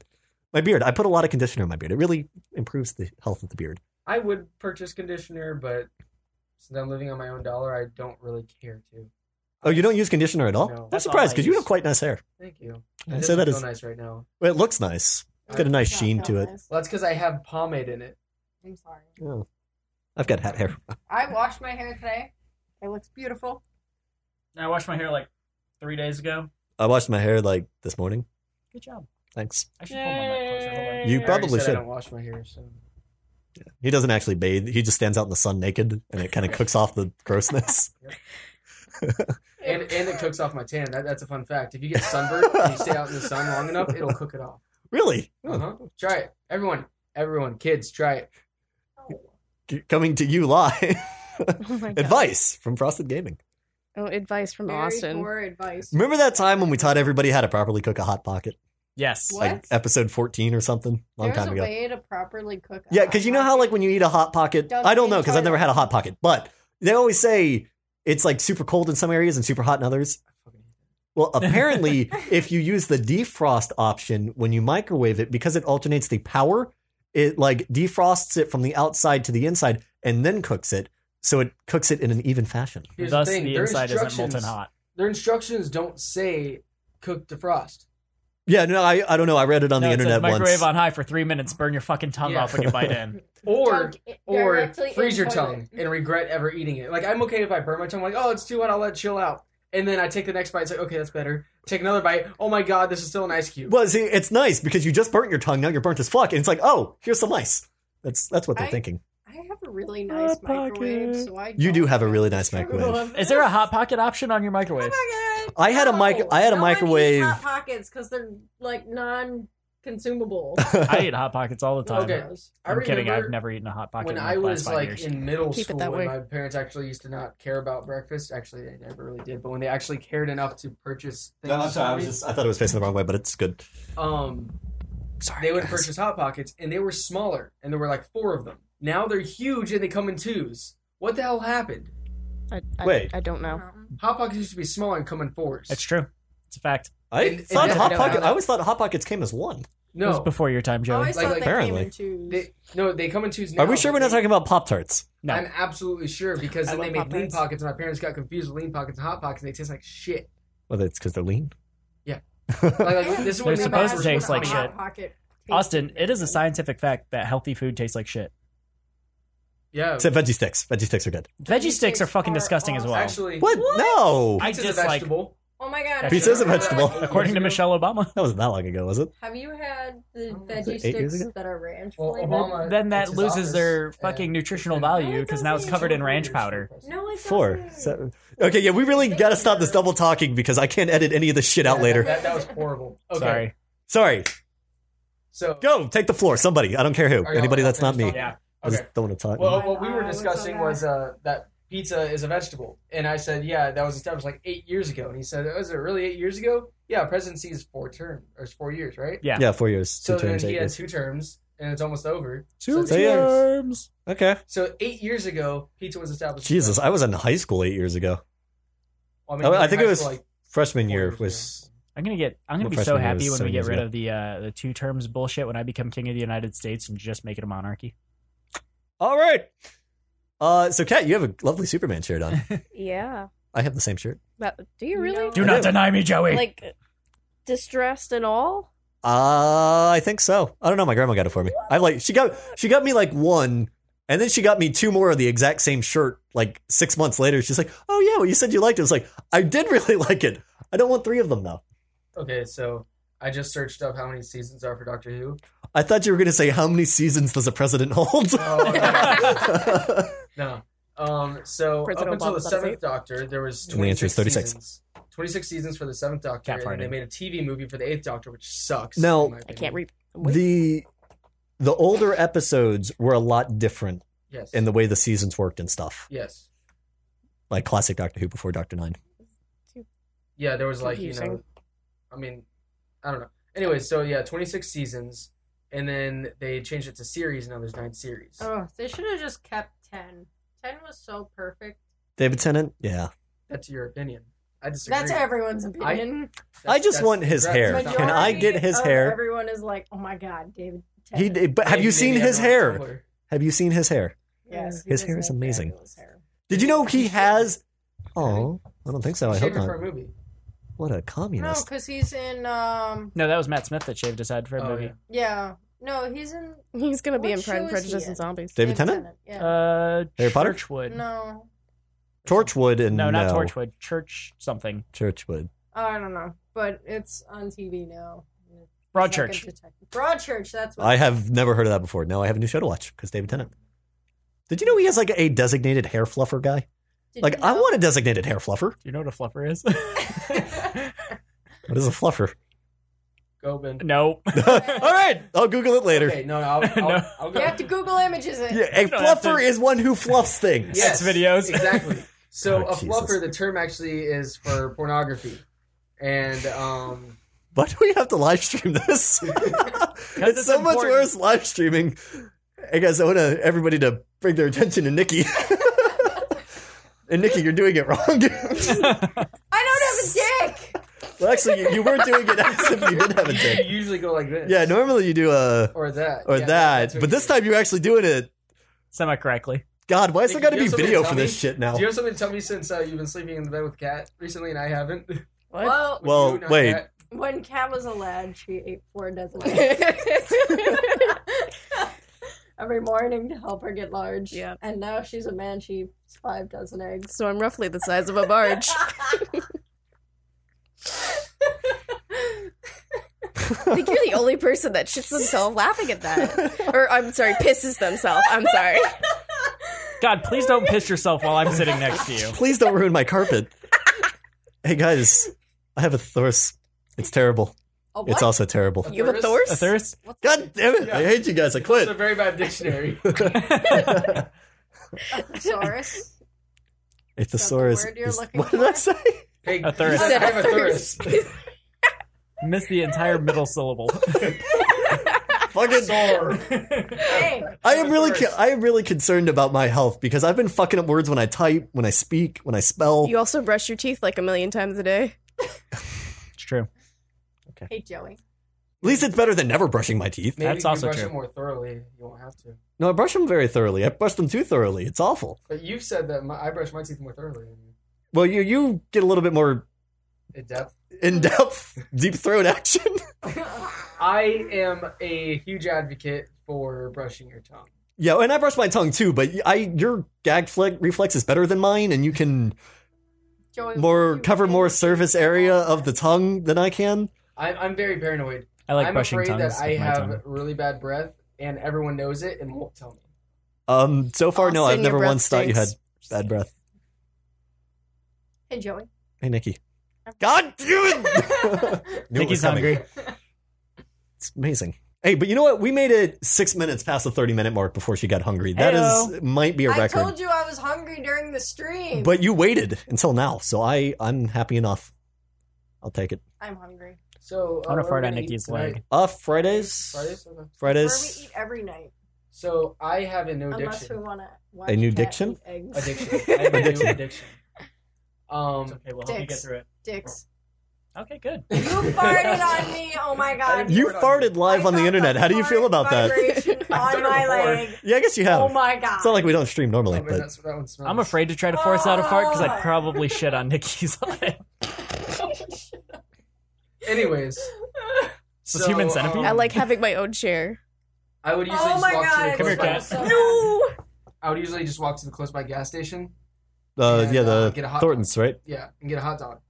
Speaker 2: My beard. I put a lot of conditioner in my beard. It really improves the health of the beard.
Speaker 1: I would purchase conditioner, but since I'm living on my own dollar, I don't really care to.
Speaker 2: Oh, you don't use conditioner at all?
Speaker 1: No.
Speaker 2: I'm
Speaker 6: That's all
Speaker 2: surprised
Speaker 6: I
Speaker 2: because you
Speaker 6: use.
Speaker 2: have quite nice hair.
Speaker 1: Thank you.
Speaker 2: I
Speaker 1: It
Speaker 2: say that
Speaker 1: doesn't
Speaker 2: as-
Speaker 1: feel nice right now.
Speaker 2: It looks nice. It's got a nice
Speaker 4: Not
Speaker 2: sheen to it.
Speaker 4: nice.
Speaker 1: Well, that's because I have pomade in it.
Speaker 4: I'm sorry.
Speaker 2: Oh. I've got hat hair.
Speaker 4: I washed my hair today. It looks beautiful.
Speaker 6: I washed my hair like three days ago.
Speaker 2: I washed my hair like this morning.
Speaker 6: Good job.
Speaker 2: Thanks.
Speaker 6: I should pull my mic closer. Hold on.
Speaker 2: You
Speaker 1: I already
Speaker 2: probably
Speaker 1: said
Speaker 2: should.
Speaker 1: I don't wash my hair, so
Speaker 2: He doesn't actually bathe. He just stands out in the sun naked and it kind of cooks off the grossness.
Speaker 1: and and it cooks off my tan. That, that's a fun fact. If you get sunburned and you stay out in the sun long enough, it'll cook it off.
Speaker 2: Really?
Speaker 4: Oh.
Speaker 1: Uh huh. Try it, everyone. Everyone, kids, try it.
Speaker 2: C- Coming to you live.
Speaker 5: Oh my God.
Speaker 2: Advice from Frosted Gaming.
Speaker 5: Oh, advice from
Speaker 4: Very
Speaker 5: Austin.
Speaker 4: poor advice.
Speaker 2: Remember that time when we taught everybody how to properly cook a hot pocket?
Speaker 6: Yes.
Speaker 4: What?
Speaker 2: Like episode 14 or something? Long
Speaker 4: There's
Speaker 2: time
Speaker 4: a
Speaker 2: ago.
Speaker 4: way to properly cook. a
Speaker 2: Yeah,
Speaker 4: hot
Speaker 2: because you know how
Speaker 4: pocket.
Speaker 2: like when you eat a hot pocket,
Speaker 4: Don't
Speaker 2: I don't know
Speaker 4: enjoy
Speaker 2: because I've never
Speaker 4: it.
Speaker 2: had a hot pocket, but they always say it's like super cold in some areas and super hot in others. Well, apparently, if you use the defrost option when you microwave it, because it alternates the power, it like defrosts it from the outside to the inside and then cooks it, so it cooks it in an even fashion.
Speaker 1: Here's
Speaker 6: Thus,
Speaker 1: the thing:
Speaker 6: the
Speaker 1: their
Speaker 6: inside isn't molten
Speaker 1: instructions-
Speaker 6: hot.
Speaker 1: Their instructions don't say cook defrost.
Speaker 2: Yeah, no, I, I don't know. I read it on
Speaker 6: No,
Speaker 2: the
Speaker 6: it says
Speaker 2: internet
Speaker 6: microwave
Speaker 2: once.
Speaker 6: on high for three minutes. Burn your fucking tongue
Speaker 1: Yeah.
Speaker 6: off when you bite in.
Speaker 1: Or
Speaker 4: Dunk it
Speaker 1: or
Speaker 4: directly in
Speaker 1: freeze your tongue
Speaker 4: toilet.
Speaker 1: and regret ever eating it. Like I'm okay if I burn my tongue. like oh, it's too hot. I'll let it chill out. And then I take the next bite. It's like okay, that's better. Take another bite. Oh my god, this is still an ice cube.
Speaker 2: well, see, it's nice because you just burnt your tongue. Now you're burnt as fuck, and it's like, oh, here's some ice. That's that's what they're
Speaker 4: I-
Speaker 2: thinking.
Speaker 4: I have a really nice microwave,
Speaker 2: pocket.
Speaker 4: so I
Speaker 2: You do
Speaker 4: don't
Speaker 2: have a really nice
Speaker 4: trouble
Speaker 2: microwave.
Speaker 4: with
Speaker 6: Is there a
Speaker 4: this.
Speaker 6: hot pocket option on your microwave?
Speaker 1: Oh
Speaker 4: Hot pocket?
Speaker 2: I had a mic-
Speaker 4: No.
Speaker 2: I had a
Speaker 4: No one eats
Speaker 2: microwave-
Speaker 4: Hot pockets because they're like non-consumable.
Speaker 6: I eat hot pockets all the time.
Speaker 1: Okay. I
Speaker 6: I'm kidding.
Speaker 1: remember
Speaker 6: I've never eaten a hot pocket
Speaker 1: when
Speaker 6: in
Speaker 1: I
Speaker 6: the
Speaker 1: was
Speaker 6: last five
Speaker 1: like
Speaker 6: years.
Speaker 1: in middle
Speaker 5: Keep it
Speaker 1: school,
Speaker 5: that
Speaker 1: when
Speaker 5: way.
Speaker 1: my parents actually used to not care about breakfast. Actually, they never really did. But when they actually cared enough to purchase things,
Speaker 2: No, I'm sorry. I was
Speaker 1: for me,
Speaker 2: just I thought it was facing the wrong way, but it's good.
Speaker 1: um,
Speaker 2: Sorry.
Speaker 1: they would
Speaker 2: guys.
Speaker 1: purchase hot pockets, and they were smaller, and there were like four of them. Now they're huge, and they come in twos. What the hell happened?
Speaker 5: I, I,
Speaker 2: Wait.
Speaker 5: I
Speaker 6: Oh.
Speaker 5: don't know.
Speaker 4: Um,
Speaker 1: Hot pockets used to be smaller and come in fours.
Speaker 6: It's true. It's a fact.
Speaker 2: I
Speaker 1: And- and
Speaker 2: thought
Speaker 1: that's
Speaker 2: hot
Speaker 1: how-
Speaker 2: pocket. I always thought hot pockets came as one.
Speaker 6: It was
Speaker 1: no,
Speaker 6: before your time,
Speaker 4: oh, I
Speaker 6: Joey.
Speaker 4: always
Speaker 1: Like-
Speaker 4: thought
Speaker 1: like-
Speaker 4: they
Speaker 2: Apparently.
Speaker 4: came in twos.
Speaker 1: they, no, they come in twos. Now,
Speaker 2: Are we sure we're
Speaker 1: but
Speaker 2: not
Speaker 1: they-
Speaker 2: talking about Pop Tarts?
Speaker 6: no.
Speaker 1: I'm absolutely sure because
Speaker 5: I
Speaker 1: then they
Speaker 5: love
Speaker 1: made lean
Speaker 5: Pop-Tarts.
Speaker 1: pockets, and my parents got confused with lean pockets and hot pockets, and they taste like shit.
Speaker 2: Well, it's because they're lean.
Speaker 1: Yeah. Like, like, this is
Speaker 6: They're
Speaker 1: what
Speaker 6: supposed to
Speaker 1: were
Speaker 6: taste
Speaker 1: talking
Speaker 6: like
Speaker 1: about.
Speaker 6: shit. Austin, it is a scientific fact that healthy food tastes like shit.
Speaker 1: Yeah,
Speaker 2: Except veggie sticks. Veggie sticks are good.
Speaker 6: Veggie sticks are fucking
Speaker 4: are
Speaker 6: disgusting as well.
Speaker 1: actually,
Speaker 2: What? No.
Speaker 6: I
Speaker 1: Pizza's a
Speaker 6: dislike-
Speaker 1: vegetable.
Speaker 4: Oh my god!
Speaker 6: Pizza is a
Speaker 4: have you had-
Speaker 2: vegetable.
Speaker 6: According to Michelle Obama.
Speaker 2: that wasn't that long ago,
Speaker 1: Oh
Speaker 2: was it?
Speaker 4: Have you had the
Speaker 1: Was it
Speaker 4: veggie
Speaker 2: Oh, eight years
Speaker 4: sticks
Speaker 2: ago?
Speaker 4: that are ranch
Speaker 1: Well,
Speaker 4: flavored?
Speaker 1: Obama-
Speaker 6: Then
Speaker 1: It's
Speaker 6: that
Speaker 1: his
Speaker 6: loses their
Speaker 1: office,
Speaker 6: fucking
Speaker 1: and-
Speaker 6: nutritional
Speaker 1: and-
Speaker 6: value because now it's covered in ranch powder.
Speaker 4: No, it's
Speaker 2: Four. Seven. Okay, yeah, we really got to stop this double talking because I can't edit any of this shit out
Speaker 1: Yeah,
Speaker 2: later.
Speaker 1: That, that was horrible. Okay,
Speaker 6: Sorry.
Speaker 2: Sorry.
Speaker 1: so
Speaker 2: Go. Take the floor. Somebody. I don't care who.
Speaker 1: Are y'all
Speaker 2: Anybody that's not me.
Speaker 1: finished
Speaker 6: Yeah.
Speaker 2: I just
Speaker 1: Okay.
Speaker 2: don't want to talk.
Speaker 1: Well,
Speaker 4: Oh,
Speaker 1: what we were
Speaker 4: wow, it's so
Speaker 1: discussing
Speaker 4: bad.
Speaker 1: was uh, that pizza is a vegetable, and I said, "Yeah, that was established like eight years ago." And he said, "Was it really eight years ago?" Yeah, presidency is four term or it's four years, right?
Speaker 6: Yeah.
Speaker 2: yeah, four years.
Speaker 1: So
Speaker 2: Two
Speaker 1: then
Speaker 2: terms.
Speaker 1: he
Speaker 2: Eight
Speaker 1: had
Speaker 2: years.
Speaker 1: two terms, and it's almost over.
Speaker 2: Two
Speaker 1: so,
Speaker 2: terms.
Speaker 6: Terms.
Speaker 2: Okay.
Speaker 1: so eight years ago, pizza was established. as a
Speaker 2: Jesus, I
Speaker 1: vegetable.
Speaker 2: was in high school eight years ago.
Speaker 1: Well,
Speaker 2: I- I
Speaker 1: during
Speaker 2: think
Speaker 1: high
Speaker 2: it was
Speaker 1: school, like,
Speaker 2: Freshman
Speaker 1: four
Speaker 2: year
Speaker 1: years
Speaker 2: was.
Speaker 6: I'm gonna get. I'm gonna
Speaker 2: What
Speaker 6: be so
Speaker 2: freshman year
Speaker 6: happy
Speaker 2: was
Speaker 6: when
Speaker 2: seven
Speaker 6: we get
Speaker 2: years
Speaker 6: rid
Speaker 2: ago.
Speaker 6: of the uh, the two terms bullshit when I become king of the United States and just make it a monarchy.
Speaker 2: All right. Uh, so, Kat, you have a lovely Superman shirt on.
Speaker 5: Yeah.
Speaker 2: I have the same shirt.
Speaker 5: That, do you really?
Speaker 4: No.
Speaker 6: Do
Speaker 2: I
Speaker 6: not
Speaker 2: do.
Speaker 6: deny me, Joey.
Speaker 5: Like, distressed and all?
Speaker 2: Uh, I think so. I don't know. My grandma got it for me. I like she got she got me like one, and then she got me two more of the exact same shirt. Like six months later, she's like, "Oh yeah, well you said you liked it." I was like, "I did really like it. I don't want three of them though."
Speaker 1: Okay, so I just searched up how many seasons are for Doctor Who.
Speaker 2: I thought you were gonna say how many seasons does a president hold?
Speaker 1: Oh, No. Um, so
Speaker 5: President
Speaker 1: up until the
Speaker 5: Obama thought it was
Speaker 1: seventh
Speaker 5: eight.
Speaker 1: Doctor, there was
Speaker 2: And the answer
Speaker 1: 26
Speaker 2: is 36.
Speaker 1: seasons. 26 seasons for the seventh Doctor,
Speaker 6: Cat
Speaker 1: and then they
Speaker 6: farting.
Speaker 1: made a TV movie for the eighth Doctor, which sucks.
Speaker 2: Now-
Speaker 1: in my
Speaker 5: I
Speaker 1: opinion.
Speaker 5: can't read.
Speaker 2: the the older episodes were a lot different
Speaker 1: Yes.
Speaker 2: in the way the seasons worked and stuff.
Speaker 1: yes.
Speaker 2: Like classic Doctor Who before Doctor Nine.
Speaker 1: Yeah, there was like you know,
Speaker 5: Confusing.
Speaker 1: I mean, I don't know. Anyway, so yeah, 26 seasons, and then they changed it to series. Now there's nine series.
Speaker 4: Oh, they should have just kept ten. Ten was so perfect.
Speaker 2: David Tennant, yeah.
Speaker 1: That's your opinion. I disagree.
Speaker 4: That's everyone's opinion.
Speaker 2: I just
Speaker 1: that's-
Speaker 2: want his
Speaker 1: that's-
Speaker 2: hair.
Speaker 1: that's-
Speaker 2: Can I get his
Speaker 4: of
Speaker 2: hair?
Speaker 4: Everyone is like, oh my god, David.
Speaker 2: He,
Speaker 4: Tennant."
Speaker 2: did- but have you
Speaker 1: Maybe-
Speaker 2: seen
Speaker 1: maybe
Speaker 2: his
Speaker 1: everyone
Speaker 2: hair?
Speaker 1: on Tumblr.
Speaker 2: Have you seen his hair?
Speaker 4: Yes, he
Speaker 2: His
Speaker 4: does
Speaker 2: hair is
Speaker 4: have
Speaker 2: amazing.
Speaker 4: fabulous hair.
Speaker 2: Did you know he has? Oh, I don't think so. I
Speaker 1: Shave
Speaker 2: hope
Speaker 1: it for a
Speaker 2: not.
Speaker 1: movie.
Speaker 2: What a
Speaker 4: No,
Speaker 2: communist!
Speaker 4: because he's in. um
Speaker 6: no, that was Matt Smith that shaved his head for a
Speaker 1: Oh,
Speaker 6: movie.
Speaker 4: Yeah. No, he's in.
Speaker 5: He's going to be
Speaker 4: What
Speaker 5: in Pride and
Speaker 4: show is he
Speaker 5: Prejudice and
Speaker 4: in?
Speaker 5: Zombies.
Speaker 2: David Tennant,
Speaker 4: Yeah.
Speaker 6: Uh,
Speaker 2: Harry Potter?
Speaker 6: Churchwood.
Speaker 4: no.
Speaker 2: Torchwood, and
Speaker 6: no, not Torchwood. Church something.
Speaker 2: Churchwood.
Speaker 4: Oh, I don't know, but it's on TV now.
Speaker 6: Broadchurch.
Speaker 4: Broadchurch. That's what.
Speaker 2: I have never heard of that before. Now I have a new show to watch because David Tennant. Did you know he has like a designated hair fluffer guy?
Speaker 4: Did
Speaker 2: Like
Speaker 4: you
Speaker 2: I
Speaker 4: know?
Speaker 2: want a designated hair fluffer.
Speaker 6: Do you know what a fluffer is?
Speaker 2: What is a fluffer?
Speaker 1: Go Ben.
Speaker 6: no.
Speaker 2: All right, I'll Google it later.
Speaker 1: Okay, no, no, I'll, I'll,
Speaker 6: No.
Speaker 1: I'll go.
Speaker 4: You have to Google images it.
Speaker 2: Yeah, a
Speaker 6: No, that's
Speaker 2: fluffer
Speaker 6: it.
Speaker 2: is one who fluffs things.
Speaker 1: Yes,
Speaker 6: videos.
Speaker 1: exactly. So
Speaker 2: Oh,
Speaker 1: a
Speaker 2: Jesus.
Speaker 1: fluffer, the term actually is for pornography, and um,
Speaker 2: Why do we have to live stream this? it's,
Speaker 6: it's
Speaker 2: so much
Speaker 6: important.
Speaker 2: worse live streaming. Hey guys, I want to, everybody to bring their attention to Nikki. and Nikki, you're doing it wrong.
Speaker 4: I don't have a dick.
Speaker 2: well, actually, you, you were doing it as if you did have a
Speaker 1: you
Speaker 2: dick.
Speaker 1: usually go like this.
Speaker 2: Yeah, normally you do a
Speaker 1: or that,
Speaker 2: or
Speaker 1: Yeah, that's
Speaker 2: that,
Speaker 1: what
Speaker 2: but
Speaker 1: you
Speaker 2: this
Speaker 1: do.
Speaker 2: time you're actually doing it.
Speaker 6: Semi correctly.
Speaker 2: God, why is there
Speaker 1: Nikki,
Speaker 2: got to
Speaker 1: do you have
Speaker 2: be
Speaker 1: something
Speaker 2: video
Speaker 1: to
Speaker 2: for
Speaker 1: tell
Speaker 2: this
Speaker 1: me?
Speaker 2: shit now?
Speaker 1: Do you have something to tell me since uh, you've been sleeping in the bed with Cat recently and I haven't?
Speaker 5: What?
Speaker 4: Well,
Speaker 2: Well,
Speaker 1: You, not
Speaker 2: wait.
Speaker 1: Kat?
Speaker 4: When Kat was a lad, she ate four dozen eggs
Speaker 5: That's
Speaker 4: every morning to help her get large.
Speaker 5: Yeah.
Speaker 4: And now she's a man, she eats five dozen eggs.
Speaker 5: so I'm roughly the size of a barge. I think you're the only person that shits themselves laughing at that. Or I'm sorry, pisses themselves. I'm sorry.
Speaker 6: God, please don't piss yourself while I'm sitting next to you.
Speaker 2: Please don't ruin my carpet. hey guys, I have a thirst. It's terrible.
Speaker 4: A what?
Speaker 2: It's also terrible.
Speaker 5: You have a
Speaker 1: Thorst?
Speaker 5: thorst?
Speaker 6: A thirst?
Speaker 2: God damn it! I hate you guys. I
Speaker 1: It's a
Speaker 2: quit.
Speaker 1: very bad dictionary.
Speaker 4: a thesaurus.
Speaker 2: A
Speaker 4: the
Speaker 2: thesaurus.
Speaker 4: word you're
Speaker 2: is-
Speaker 4: looking
Speaker 2: what did I
Speaker 4: for?
Speaker 2: say?
Speaker 1: Hey,
Speaker 6: A thirst.
Speaker 1: you said I have a
Speaker 5: Thirst.
Speaker 1: thirst.
Speaker 6: Missed the entire middle syllable.
Speaker 2: Fucking.
Speaker 1: Sorry.
Speaker 4: hey,
Speaker 2: I am
Speaker 1: a
Speaker 2: really,
Speaker 1: thirst.
Speaker 2: con- I am really concerned about my health because I've been fucking up words when I type, when I speak, when I spell.
Speaker 5: You also brush your teeth like a million times a day.
Speaker 6: It's true.
Speaker 4: hey Joey.
Speaker 2: At least it's better than never brushing my teeth.
Speaker 1: Maybe
Speaker 6: That's
Speaker 1: if you
Speaker 6: also
Speaker 1: brush
Speaker 6: true.
Speaker 1: it more thoroughly, you won't have to.
Speaker 2: No, I brush them very thoroughly. I brush them too thoroughly. It's awful.
Speaker 1: But you've said that my, I brush my teeth more thoroughly than you.
Speaker 2: Well, you you get a little bit more
Speaker 1: In depth.
Speaker 2: in depth, deep throat action.
Speaker 1: I am a huge advocate for brushing your tongue.
Speaker 2: yeah, and I brush my tongue too, but I your gag fle- reflex is better than mine, and you can
Speaker 4: Joey
Speaker 2: more
Speaker 4: you
Speaker 2: cover more
Speaker 4: really-
Speaker 2: surface area of the tongue than I can.
Speaker 1: I, I'm very paranoid.
Speaker 6: I like
Speaker 1: I'm
Speaker 6: brushing
Speaker 1: afraid
Speaker 6: tongues.
Speaker 1: that I
Speaker 6: with my
Speaker 1: have
Speaker 6: tongue.
Speaker 1: really bad breath, and everyone knows it and won't tell me.
Speaker 2: Um, so far, no,
Speaker 5: Also,
Speaker 2: I've
Speaker 5: your
Speaker 2: never
Speaker 5: breath
Speaker 2: once thought you had
Speaker 5: stinks.
Speaker 2: bad breath.
Speaker 4: Hey Joey.
Speaker 2: Hey, Nikki. God damn it! Knew it was
Speaker 6: Nikki's
Speaker 2: coming.
Speaker 6: hungry.
Speaker 2: It's amazing. Hey, but you know what? We made it six minutes past the thirty-minute mark before she got hungry. That is
Speaker 6: Heyo.
Speaker 2: might be a
Speaker 4: I
Speaker 2: record.
Speaker 4: told you I was hungry during the stream.
Speaker 2: But you waited until now, so I I'm happy enough. I'll take it.
Speaker 4: I'm hungry.
Speaker 1: So uh,
Speaker 6: I want
Speaker 1: what
Speaker 6: to
Speaker 1: are
Speaker 6: fart
Speaker 1: we
Speaker 6: on
Speaker 1: gonna eat
Speaker 6: Nikki's
Speaker 1: tonight?
Speaker 6: leg.
Speaker 2: Uh, Fridays.
Speaker 1: Fridays? Okay.
Speaker 4: Where we
Speaker 2: Fridays.
Speaker 4: eat every night,
Speaker 1: So I have a no
Speaker 4: unless
Speaker 1: diction.
Speaker 4: we want to watch
Speaker 2: A new
Speaker 4: Kat
Speaker 2: diction?
Speaker 4: eat eggs.
Speaker 1: Addiction. I have a new
Speaker 2: Addiction.
Speaker 1: addiction.
Speaker 6: It's
Speaker 1: Um,
Speaker 6: okay, we'll help you get
Speaker 4: Dicks.
Speaker 6: through it.
Speaker 4: Dicks.
Speaker 6: Okay, good.
Speaker 4: You farted on me. Oh my god.
Speaker 2: You
Speaker 1: Fart on
Speaker 2: farted live on the internet. How do you feel about that?
Speaker 4: that?
Speaker 1: I've
Speaker 4: On
Speaker 1: done it
Speaker 4: my
Speaker 1: before.
Speaker 4: leg.
Speaker 2: Yeah, I guess you have.
Speaker 4: Oh my god.
Speaker 2: it's not like we don't stream normally,
Speaker 1: oh, man,
Speaker 2: but
Speaker 1: that's, that one smells.
Speaker 6: I'm afraid to try to force out a fart because I'd probably shit on Nikki's leg.
Speaker 1: Anyways, um,
Speaker 6: This human centipede?
Speaker 5: I like having my own chair.
Speaker 1: I would usually
Speaker 4: oh
Speaker 1: just
Speaker 4: my
Speaker 1: walk
Speaker 4: god.
Speaker 1: to the
Speaker 6: Come
Speaker 4: it
Speaker 1: close
Speaker 6: here,
Speaker 1: by,
Speaker 6: Kat.
Speaker 4: smells so
Speaker 5: No!
Speaker 1: I would usually just walk to the close by gas station.
Speaker 2: uh,
Speaker 1: And,
Speaker 2: yeah,
Speaker 1: uh,
Speaker 2: the
Speaker 1: get a hot
Speaker 2: Thorntons, right?
Speaker 1: Yeah, and get a hot dog.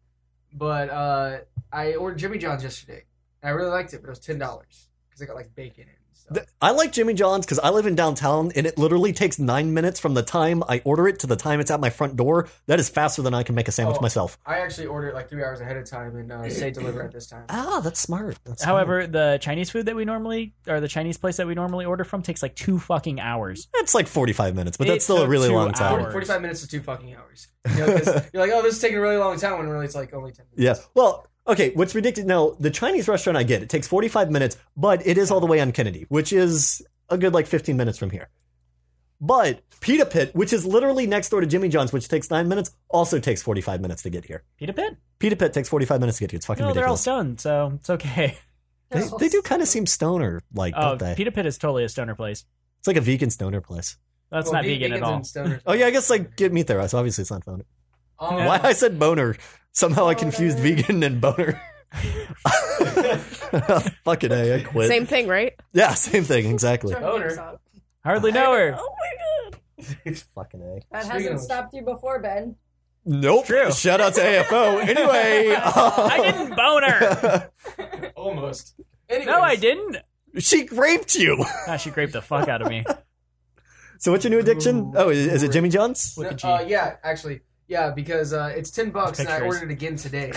Speaker 1: But uh, I ordered Jimmy John's yesterday, and I really liked it, but it was ten dollars because I got like bacon in. it and stuff.
Speaker 2: Th- I like Jimmy John's because I live in downtown, and it literally takes nine minutes from the time I order it to the time it's at my front door. That is faster than I can make a sandwich
Speaker 1: Oh.
Speaker 2: myself.
Speaker 1: I actually ordered it, like three hours ahead of time and uh, say deliver at this time.
Speaker 2: Ah, that's smart. That's smart.
Speaker 6: However, the Chinese food that we normally, or the Chinese place that we normally order from, takes like two fucking hours.
Speaker 2: it's like forty-five minutes, but
Speaker 6: It
Speaker 2: that's still a
Speaker 6: took
Speaker 2: really
Speaker 6: two
Speaker 2: long time.
Speaker 6: hours.
Speaker 1: Forty- Forty-five minutes is two fucking hours. You know, 'cause you're like, oh, this is taking a really long time, when really it's like only ten. minutes.
Speaker 2: Yeah. Well, okay. What's ridiculous now? The Chinese restaurant I get it takes forty five minutes, but it is all the way on Kennedy, which is a good like fifteen minutes from here. But Pita Pit, which is literally next door to Jimmy John's, which takes nine minutes, also takes forty five minutes to get here.
Speaker 6: Pita Pit?
Speaker 2: Pita Pit takes forty five minutes to get here. It's fucking
Speaker 6: No, they're all
Speaker 2: ridiculous.
Speaker 6: stoned, so it's okay.
Speaker 2: They, they do kind of seem stoner like,
Speaker 6: Oh,
Speaker 2: don't they?
Speaker 6: Pita Pit is totally a stoner place.
Speaker 2: It's like a vegan stoner place.
Speaker 6: That's
Speaker 1: Well,
Speaker 6: not
Speaker 1: ve-
Speaker 6: vegan at
Speaker 1: vegans
Speaker 6: all.
Speaker 1: and stoners-
Speaker 2: Oh yeah, I guess like get meat there. So obviously it's not boner.
Speaker 1: Um,
Speaker 2: Why I said boner? Somehow I confused
Speaker 4: Boner.
Speaker 2: vegan and boner. Fucking a, I quit.
Speaker 5: Same thing, right?
Speaker 2: Yeah, same thing exactly.
Speaker 1: Owner.
Speaker 6: Hardly know her.
Speaker 4: Oh my god.
Speaker 2: Fucking A.
Speaker 4: That
Speaker 1: Speaking
Speaker 4: hasn't
Speaker 1: of-
Speaker 4: stopped you before, Ben.
Speaker 2: Nope.
Speaker 6: True.
Speaker 2: Shout out to AFO. Anyway. uh,
Speaker 6: I didn't bone her.
Speaker 1: almost. Anyways,
Speaker 6: No, I didn't.
Speaker 2: She raped you.
Speaker 6: Gosh, she graped the fuck out of me.
Speaker 2: So what's your new addiction?
Speaker 1: Ooh.
Speaker 2: Oh, is, is it Jimmy John's?
Speaker 6: Look at
Speaker 1: Uh,
Speaker 6: you.
Speaker 1: yeah, actually, yeah, because uh, it's ten bucks, and I
Speaker 6: Pictures.
Speaker 1: ordered it again today,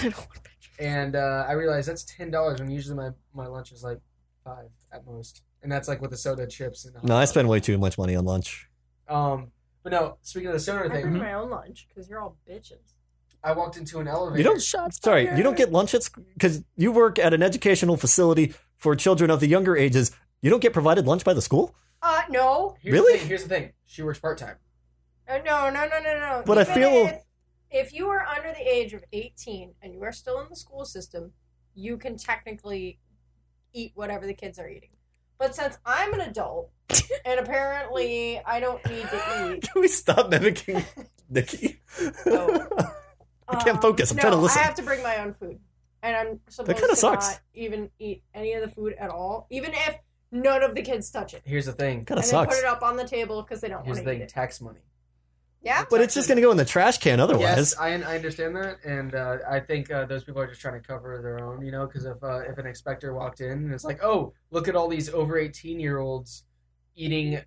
Speaker 1: and uh, I realized that's ten dollars when usually my my lunch is like five at most, and that's like with the soda, chips, and the hot
Speaker 2: No, I
Speaker 1: dog.
Speaker 2: spend way too much money on lunch.
Speaker 1: Um, but no, speaking of the soda
Speaker 4: I bring
Speaker 1: thing,
Speaker 4: my own lunch because you're all bitches.
Speaker 1: I walked into an elevator.
Speaker 2: You don't.
Speaker 5: Shots
Speaker 2: Sorry,
Speaker 5: fired.
Speaker 2: you don't get lunch at because you work at an educational facility for children of the younger ages. You don't get provided lunch by the school.
Speaker 4: Uh, no,
Speaker 1: Here's
Speaker 2: Really?
Speaker 1: The thing, here's the thing. She works part time.
Speaker 4: Uh, no, no, no, no, no.
Speaker 2: But I
Speaker 4: Even
Speaker 2: feel-
Speaker 4: if, if you are under the age of eighteen and you are still in the school system, you can technically eat whatever the kids are eating. But since I'm an adult and apparently I don't need to eat,
Speaker 2: Can we stop mimicking Nikki?
Speaker 4: No.
Speaker 2: I can't
Speaker 4: um,
Speaker 2: focus. I'm
Speaker 4: no, Um,
Speaker 2: trying to listen.
Speaker 4: I have to bring my own food. and I'm supposed
Speaker 2: kinda
Speaker 4: to
Speaker 2: sucks.
Speaker 4: not even eat any of the food at all, even if none of the kids touch it.
Speaker 1: Here's the thing.
Speaker 2: Kind
Speaker 4: And
Speaker 2: of
Speaker 4: they put
Speaker 2: sucks.
Speaker 4: it up on the table because they don't
Speaker 1: Here's
Speaker 4: want
Speaker 1: the
Speaker 4: to eat
Speaker 1: thing.
Speaker 4: it.
Speaker 1: Tax money.
Speaker 4: Yeah,
Speaker 2: But it's just going to go in the trash can otherwise.
Speaker 1: Yes, I, I understand that, and uh, I think uh, those people are just trying to cover their own, you know, because if uh, if an inspector walked in and it's like, oh, look at all these over eighteen year olds eating,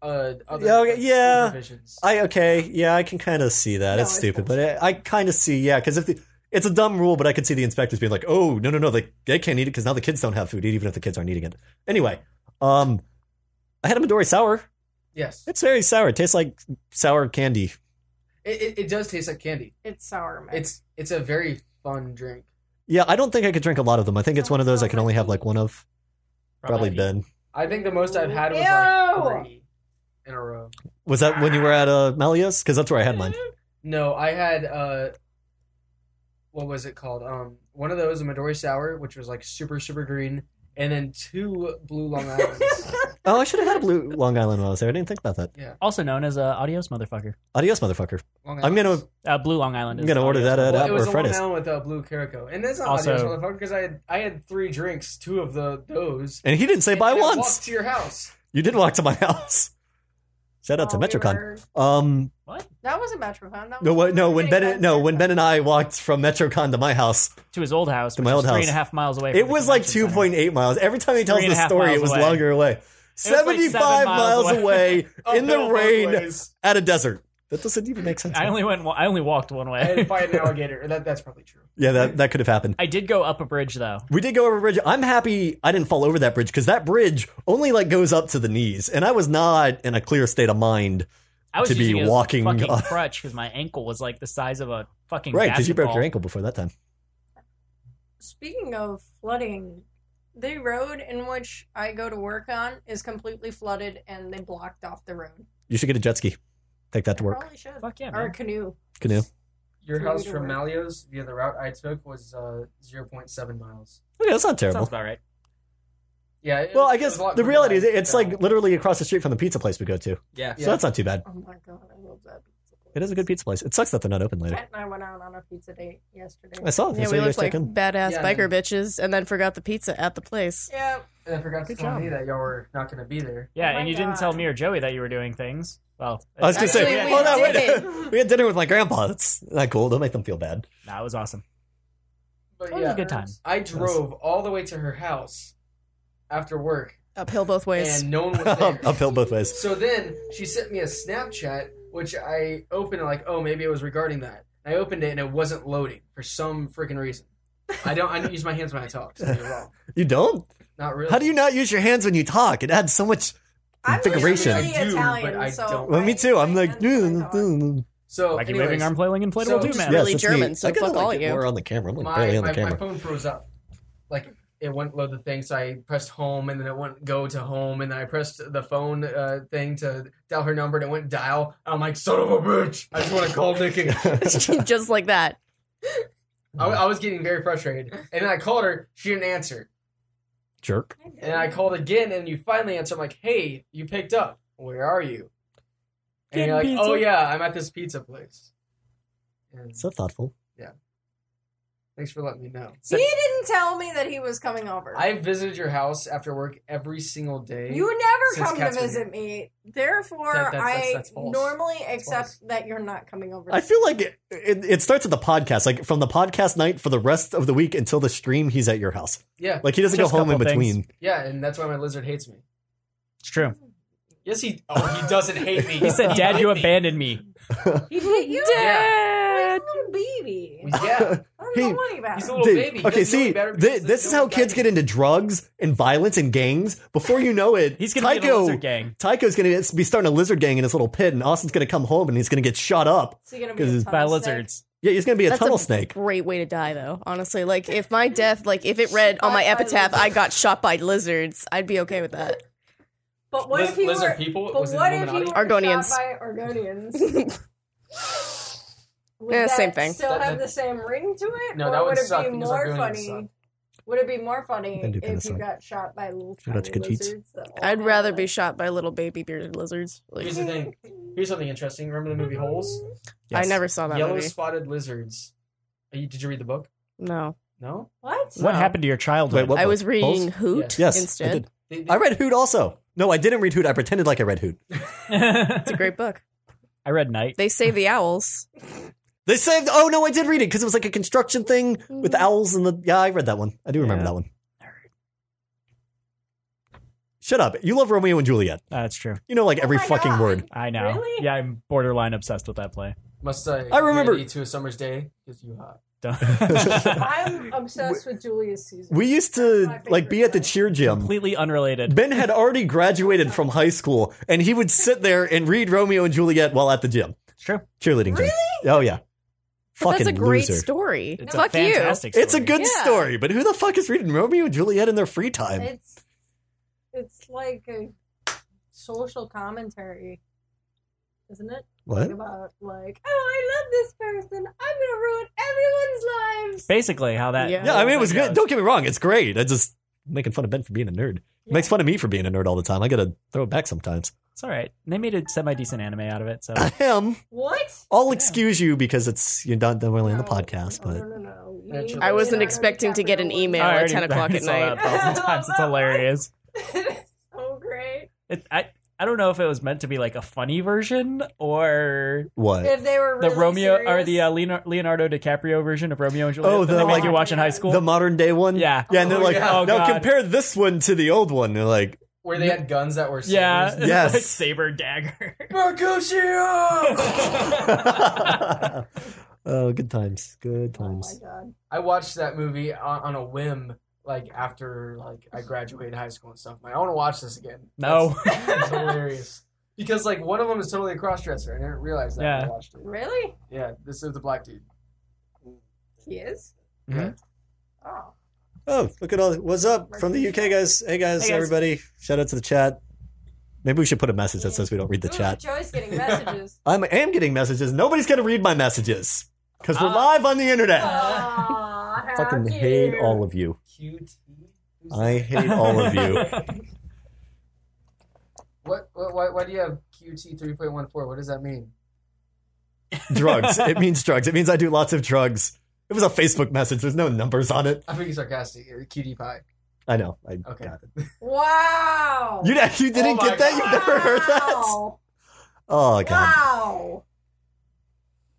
Speaker 1: uh, other
Speaker 2: Yeah, okay,
Speaker 1: like, food
Speaker 2: yeah.
Speaker 1: provisions.
Speaker 2: I okay, yeah, I can kind of see that.
Speaker 4: No,
Speaker 2: it's
Speaker 4: it's
Speaker 2: stupid, but I, I kind of see, yeah, because if the, it's a dumb rule, but I could see the inspectors being like, "Oh, no, no, no, they they can't eat it because now the kids don't have food, even if the kids aren't eating it." Anyway, um, I had a Midori sour.
Speaker 1: yes, it,
Speaker 2: It's very sour. It tastes like sour candy.
Speaker 1: it, it does taste like candy.
Speaker 4: it's sour. Man.
Speaker 1: It's it's a very fun drink.
Speaker 2: Yeah, I don't think I could drink a lot of them. I think it's one of those I can only have like one of. Probably Ben.
Speaker 1: I think the most I've had was
Speaker 4: Ew.
Speaker 1: like three in a row.
Speaker 2: Was that when you were at uh, Malia's? Because that's where I had mine.
Speaker 1: No, I had uh, what was it called? Um, one of those a Midori sour, which was like super super green, and then two blue Long Islands.
Speaker 2: Oh, I should have had a blue Long Island when I was there. I didn't think about that.
Speaker 6: Also known as uh, Adios Motherfucker.
Speaker 2: Adios, motherfucker.
Speaker 1: Long
Speaker 2: I'm gonna-
Speaker 1: Islands.
Speaker 6: Uh, Blue Long Island.
Speaker 2: I'm
Speaker 6: is
Speaker 2: gonna order
Speaker 6: Adios
Speaker 2: that at
Speaker 1: Well,
Speaker 2: App
Speaker 1: it
Speaker 2: or
Speaker 1: was the
Speaker 2: Friday's.
Speaker 1: one down with uh, blue carico, and that's not
Speaker 6: Also-
Speaker 1: also, because I had I had three drinks, two of the those.
Speaker 2: And he didn't say
Speaker 1: And
Speaker 2: buy
Speaker 1: then I walked
Speaker 2: once.
Speaker 1: to your house.
Speaker 2: You did walk to my house. Shout out to
Speaker 4: Oh, we
Speaker 2: Metrocon.
Speaker 4: were-
Speaker 2: Um,
Speaker 4: That wasn't Metrocon. That was
Speaker 2: no, what, no. When
Speaker 4: getting
Speaker 2: Ben, no, when Ben
Speaker 4: Metrocon.
Speaker 2: and I walked from Metrocon to my house,
Speaker 6: To his old house,
Speaker 2: To
Speaker 6: which
Speaker 2: my
Speaker 6: is
Speaker 2: old
Speaker 6: three
Speaker 2: house.
Speaker 6: and a half miles away.
Speaker 2: it was like two point eight miles. Every time he tells
Speaker 6: Three and
Speaker 2: the
Speaker 6: a half
Speaker 2: story, it
Speaker 6: miles
Speaker 2: was
Speaker 6: away.
Speaker 2: longer away.
Speaker 6: was like
Speaker 2: Seventy
Speaker 6: seven
Speaker 2: five
Speaker 6: miles
Speaker 2: miles away in the
Speaker 1: Both
Speaker 2: rain
Speaker 1: ways.
Speaker 2: at a desert. That doesn't even make sense.
Speaker 6: I only went. I only walked one
Speaker 1: I had
Speaker 6: way.
Speaker 1: to fight an alligator. That that's probably true.
Speaker 2: yeah, that that could have happened.
Speaker 6: I did go up a bridge though.
Speaker 2: We did go over a bridge. I'm happy I didn't fall over that bridge because that bridge only like goes up to the knees, and I was not in a clear state of mind.
Speaker 6: I was
Speaker 2: To be
Speaker 6: using it as a
Speaker 2: walking
Speaker 6: fucking
Speaker 2: up.
Speaker 6: crutch because my ankle was like the size of a fucking
Speaker 2: Right, because you broke your
Speaker 6: basketball.
Speaker 2: ankle before that time.
Speaker 4: Speaking of flooding, the road in which I go to work on is completely flooded, and they blocked off the road.
Speaker 2: You should get a jet ski. Take that to work.
Speaker 4: Probably should.
Speaker 6: Fuck yeah,
Speaker 4: or a
Speaker 6: man.
Speaker 4: canoe.
Speaker 2: Canoe.
Speaker 1: Your
Speaker 4: Three
Speaker 1: house
Speaker 4: to
Speaker 1: from
Speaker 4: work.
Speaker 1: Malio's via the route I took was uh, 0.7 miles.
Speaker 2: Okay, that's not terrible.
Speaker 6: Sounds about right.
Speaker 1: Yeah. it
Speaker 2: Well,
Speaker 1: was-
Speaker 2: I
Speaker 1: it was
Speaker 2: guess
Speaker 1: a lot
Speaker 2: the
Speaker 1: quicker
Speaker 2: reality is
Speaker 1: than I
Speaker 2: it's
Speaker 1: thought.
Speaker 2: like literally across the street from the pizza place we go to.
Speaker 6: Yeah.
Speaker 2: So that's not too bad.
Speaker 4: Oh my god, I love that. pizza place.
Speaker 2: It is a good pizza place. It sucks that they're not open later.
Speaker 4: Matt and I went out on a pizza date yesterday.
Speaker 2: I saw. it. I
Speaker 5: Oh, Yeah,
Speaker 2: saw
Speaker 5: we
Speaker 2: you guys
Speaker 5: looked like
Speaker 2: check in.
Speaker 5: badass
Speaker 1: Yeah, man.
Speaker 5: biker bitches and then forgot the pizza at the place.
Speaker 4: Yeah,
Speaker 1: And I forgot to
Speaker 6: Good
Speaker 1: tell
Speaker 6: job.
Speaker 1: me that y'all were not going to be there.
Speaker 6: Yeah,
Speaker 4: Oh my
Speaker 6: and you didn't tell
Speaker 4: God.
Speaker 6: me or Joey that you were doing things. Well,
Speaker 2: I was gonna say,
Speaker 5: Actually, we
Speaker 2: oh no, wait.
Speaker 5: did
Speaker 2: we had dinner with my grandpa. That's not cool. Don't make them feel bad.
Speaker 6: that was awesome.
Speaker 1: But
Speaker 6: That was
Speaker 1: yeah,
Speaker 6: a good time.
Speaker 1: I drove all the way to her house after work,
Speaker 5: Uphill both ways.
Speaker 1: and no one was there.
Speaker 2: Uphill both ways.
Speaker 1: So then she sent me a Snapchat, which I opened like, oh, maybe it was regarding that. I opened it and it wasn't loading for some freaking reason. I don't. I don't use my hands when I talk. So you're wrong.
Speaker 2: You don't?
Speaker 1: Not really.
Speaker 2: How do you not use your hands when you talk? It adds so much.
Speaker 4: I'm
Speaker 2: Configuration.
Speaker 4: really
Speaker 1: I do,
Speaker 4: Italian,
Speaker 1: but I
Speaker 4: so
Speaker 1: don't.
Speaker 2: Well,
Speaker 4: I-
Speaker 2: me too. I'm
Speaker 4: I
Speaker 2: like,
Speaker 4: can't talk.
Speaker 1: So
Speaker 6: like
Speaker 1: anyways,
Speaker 6: a waving arm flailing inflatable
Speaker 1: so-
Speaker 6: too, man.
Speaker 5: Yeah. really
Speaker 2: that's
Speaker 5: German, so
Speaker 2: I gotta,
Speaker 5: fuck
Speaker 2: like,
Speaker 5: all
Speaker 2: get
Speaker 5: you.
Speaker 2: More on the camera. I'm like
Speaker 1: my,
Speaker 2: barely on the
Speaker 1: my, my
Speaker 2: camera.
Speaker 1: phone froze up. Like it wouldn't load the thing, so I pressed home, and then it wouldn't go to home, and then I pressed the phone uh, thing to dial her number, and it went dial. I'm like, son of a bitch! I just want to call Nikki.
Speaker 5: Just like that.
Speaker 1: I, I was getting very frustrated, and then I called her. She didn't answer,
Speaker 2: Jerk.
Speaker 1: and I called again, and you finally answered. I'm like, hey, you picked up. Where are you? And you're like,
Speaker 6: Getting
Speaker 1: oh
Speaker 6: pizza.
Speaker 1: yeah, I'm at this pizza place. And
Speaker 2: So thoughtful.
Speaker 1: thanks for letting me know.
Speaker 4: He didn't tell me that he was coming over.
Speaker 1: I visited your house after work every single day.
Speaker 4: you never
Speaker 1: Since
Speaker 4: come to
Speaker 1: Cat's been
Speaker 4: visit me. Therefore,
Speaker 1: That- that's- that's-
Speaker 4: I
Speaker 1: that's false.
Speaker 4: normally
Speaker 1: That's
Speaker 4: accept
Speaker 1: false.
Speaker 4: that you're not coming over.
Speaker 2: I feel like it, it, it starts at the podcast. Like from the podcast night for the rest of the week until the stream, he's at your house.
Speaker 1: yeah,
Speaker 2: Like he doesn't
Speaker 6: Just a
Speaker 2: go home in
Speaker 6: couple things.
Speaker 2: between.
Speaker 1: yeah, and that's why my lizard hates me.
Speaker 6: It's true.
Speaker 1: Yes, he. Oh, he doesn't hate me.
Speaker 6: He said, "Dad, you
Speaker 1: hit me."
Speaker 6: abandoned me."
Speaker 4: he hit you.
Speaker 1: Yeah.
Speaker 4: He's a little baby.
Speaker 1: Yeah,
Speaker 4: I don't
Speaker 2: He-
Speaker 4: know anything about
Speaker 1: he's a
Speaker 4: him.
Speaker 1: little
Speaker 2: Dude,
Speaker 1: baby. He
Speaker 2: okay,
Speaker 1: doesn't know
Speaker 2: see,
Speaker 1: any better
Speaker 2: thi-
Speaker 1: because
Speaker 2: this
Speaker 1: they
Speaker 2: is
Speaker 1: know
Speaker 2: how
Speaker 1: he's
Speaker 2: kids
Speaker 1: got
Speaker 2: get into drugs and violence and gangs. Before you know it,
Speaker 6: He's gonna be in a lizard gang.
Speaker 2: Tycho's going to be starting a lizard gang in his little pit, and Austin's going to come home and he's going to get shot up.
Speaker 4: Is he gonna be
Speaker 2: 'Cause
Speaker 4: a
Speaker 2: he's
Speaker 4: tunnel
Speaker 6: By
Speaker 4: snake?
Speaker 6: lizards.
Speaker 2: Yeah, he's going to be a
Speaker 5: That's
Speaker 2: tunnel
Speaker 5: a
Speaker 2: snake.
Speaker 5: Great way to die, though. Honestly, like if my death, like if it read on my
Speaker 4: Shot by
Speaker 5: epitaph, I
Speaker 4: lizards.
Speaker 5: got shot by lizards, I'd be okay with that.
Speaker 4: But what
Speaker 1: liz-
Speaker 4: if he
Speaker 1: lizard
Speaker 4: were?
Speaker 1: people?
Speaker 4: But
Speaker 1: Was it
Speaker 4: what if he
Speaker 1: Illuminati?
Speaker 4: were
Speaker 5: Argonians.
Speaker 4: shot by Argonians? Would
Speaker 5: Eh,
Speaker 4: that
Speaker 5: same thing.
Speaker 4: Still
Speaker 1: That-
Speaker 4: have
Speaker 1: that-
Speaker 4: the same ring to it?
Speaker 1: No,
Speaker 4: or
Speaker 1: that would
Speaker 4: would it
Speaker 1: suck
Speaker 4: be
Speaker 1: because
Speaker 4: more
Speaker 1: Argonians
Speaker 4: funny?
Speaker 1: suck.
Speaker 4: Would it be more funny
Speaker 2: They do kinda
Speaker 4: if you
Speaker 2: suck.
Speaker 4: got shot by little
Speaker 2: Shout out
Speaker 4: tiny
Speaker 2: to Khajiits.
Speaker 4: lizards? that all
Speaker 5: I'd
Speaker 4: have,
Speaker 5: rather be
Speaker 4: like-
Speaker 5: shot by little baby bearded lizards. Like,
Speaker 1: Here's the thing. Here's something interesting. Remember the movie Holes?
Speaker 5: I never saw that
Speaker 1: Yellow
Speaker 5: movie.
Speaker 1: spotted lizards. Are you- did you read the book?
Speaker 5: No,
Speaker 1: No?
Speaker 4: What?
Speaker 1: Wow.
Speaker 3: What happened to your childhood?
Speaker 2: Wait, what
Speaker 5: I
Speaker 2: book?
Speaker 5: was reading
Speaker 2: Bulls?
Speaker 5: Hoot
Speaker 2: Yes, I
Speaker 5: instead.
Speaker 2: did.
Speaker 1: They- they-
Speaker 2: I read Hoot also. No, I didn't read Hoot. I pretended like I read Hoot.
Speaker 5: It's a great book.
Speaker 3: I read Night.
Speaker 5: They save the owls.
Speaker 2: They saved. Oh no, I did read it because it was like a construction thing with
Speaker 5: Mm-hmm.
Speaker 2: the owls and the. Yeah, I read that one. I do remember
Speaker 3: Yeah.
Speaker 2: that one. Shut up! You love Romeo and Juliet.
Speaker 3: That's true.
Speaker 2: You know, like
Speaker 5: Oh
Speaker 2: every
Speaker 4: my
Speaker 2: fucking
Speaker 4: God.
Speaker 2: word.
Speaker 3: I know.
Speaker 4: Really?
Speaker 3: Yeah, I'm borderline obsessed with that play.
Speaker 1: must uh, I,
Speaker 2: I remember-
Speaker 1: be to a summer's day because you uh, hot.
Speaker 3: Don't-
Speaker 4: I'm obsessed with Julius Caesar.
Speaker 2: We used to like be at the cheer gym.
Speaker 3: Completely unrelated.
Speaker 2: Ben had already graduated from high school, and he would sit there and read Romeo and Juliet while at the gym,
Speaker 3: It's true.
Speaker 2: cheerleading gym. Oh yeah,
Speaker 5: But
Speaker 2: fucking
Speaker 5: that's a great
Speaker 2: loser.
Speaker 5: story.
Speaker 3: It's
Speaker 5: Fuck
Speaker 3: a
Speaker 5: you.
Speaker 3: fantastic
Speaker 2: It's a
Speaker 3: story.
Speaker 2: good
Speaker 5: Yeah.
Speaker 2: story, but who the fuck is reading Romeo and Juliet in their free time?
Speaker 4: It's it's like a social commentary, isn't it?
Speaker 2: what?
Speaker 4: About like, oh, I love this person. I'm gonna ruin everyone's lives.
Speaker 3: Basically, how that.
Speaker 5: Yeah.
Speaker 2: Yeah, I mean, it was
Speaker 3: that
Speaker 2: good.
Speaker 3: goes.
Speaker 2: Don't get me wrong, it's great. I just making fun of Ben for being a nerd.
Speaker 4: Yeah.
Speaker 2: Makes fun of me for being a nerd all the time. I gotta throw it back sometimes.
Speaker 3: It's all right. They made a semi decent anime out of it, so
Speaker 2: Ahem.
Speaker 4: What?
Speaker 2: I'll excuse you because it's you're not done really in the
Speaker 4: No,
Speaker 2: podcast,
Speaker 4: no,
Speaker 2: but
Speaker 4: no, no, no.
Speaker 1: Naturally.
Speaker 4: You-
Speaker 5: I wasn't
Speaker 4: Leonardo
Speaker 5: expecting to get an
Speaker 4: DiCaprio
Speaker 5: email
Speaker 3: I
Speaker 5: at
Speaker 3: already-
Speaker 5: 10 o'clock
Speaker 3: I
Speaker 5: at
Speaker 3: saw that
Speaker 5: night.
Speaker 3: a thousand times. It's hilarious.
Speaker 4: so great.
Speaker 3: It, I I don't know if it was meant to be like a funny version or
Speaker 2: what?
Speaker 4: If they were
Speaker 3: the
Speaker 4: really
Speaker 3: Romeo or
Speaker 4: serious,
Speaker 3: the uh, Leonardo, Leonardo DiCaprio version of Romeo and Juliet.
Speaker 2: Oh,
Speaker 3: that
Speaker 2: the,
Speaker 3: they make
Speaker 2: like-
Speaker 3: you watch in high school.
Speaker 2: The modern day one?
Speaker 3: yeah,
Speaker 2: Yeah, and they're
Speaker 1: Oh,
Speaker 2: like,
Speaker 1: yeah.
Speaker 3: Oh,
Speaker 2: now
Speaker 3: God.
Speaker 2: compare this one to the old one. They're like,
Speaker 1: Where they had guns that were
Speaker 3: yeah,
Speaker 1: sabers.
Speaker 3: It's
Speaker 2: Yes.
Speaker 3: like saber dagger.
Speaker 2: oh, good times. Good
Speaker 4: Oh my
Speaker 2: times.
Speaker 4: god.
Speaker 1: I watched that movie on, on a whim, like after like I graduated high school and stuff. i like, I want to watch this again.
Speaker 3: No.
Speaker 1: That's- that's hilarious. Because like one of them is totally a crossdresser. I didn't realize that when
Speaker 3: Yeah.
Speaker 1: I watched it.
Speaker 4: Really?
Speaker 1: Yeah, this is the black dude.
Speaker 4: He is?
Speaker 5: Mm-hmm.
Speaker 1: Mhm.
Speaker 4: Oh.
Speaker 2: Oh, look at all. What's up from the UK, guys? Hey, guys,
Speaker 3: Hey, guys.
Speaker 2: everybody. Shout out to the chat. Maybe we should put a message that says we don't read the
Speaker 4: Ooh,
Speaker 2: chat.
Speaker 4: Joey's getting messages.
Speaker 2: I am getting messages. Nobody's going to read my messages because we're
Speaker 3: Ah.
Speaker 2: live on the internet.
Speaker 4: Aw, how
Speaker 2: fucking
Speaker 4: cute.
Speaker 2: hate all of you.
Speaker 1: QT. Who's
Speaker 2: I
Speaker 1: that?
Speaker 2: hate all of you.
Speaker 1: What, what? Why? Why do you have QT three point one four? What does that mean?
Speaker 2: drugs. It means drugs. It means I do lots of drugs. It was a Facebook message. There's no numbers on it.
Speaker 1: I'm being sarcastic. Or QT pie.
Speaker 2: I know. I
Speaker 1: Okay.
Speaker 2: got it.
Speaker 4: Wow.
Speaker 2: You, you didn't
Speaker 1: my
Speaker 2: get that?
Speaker 1: God.
Speaker 2: You've never heard that?
Speaker 4: Wow.
Speaker 2: Oh, God.
Speaker 4: Wow.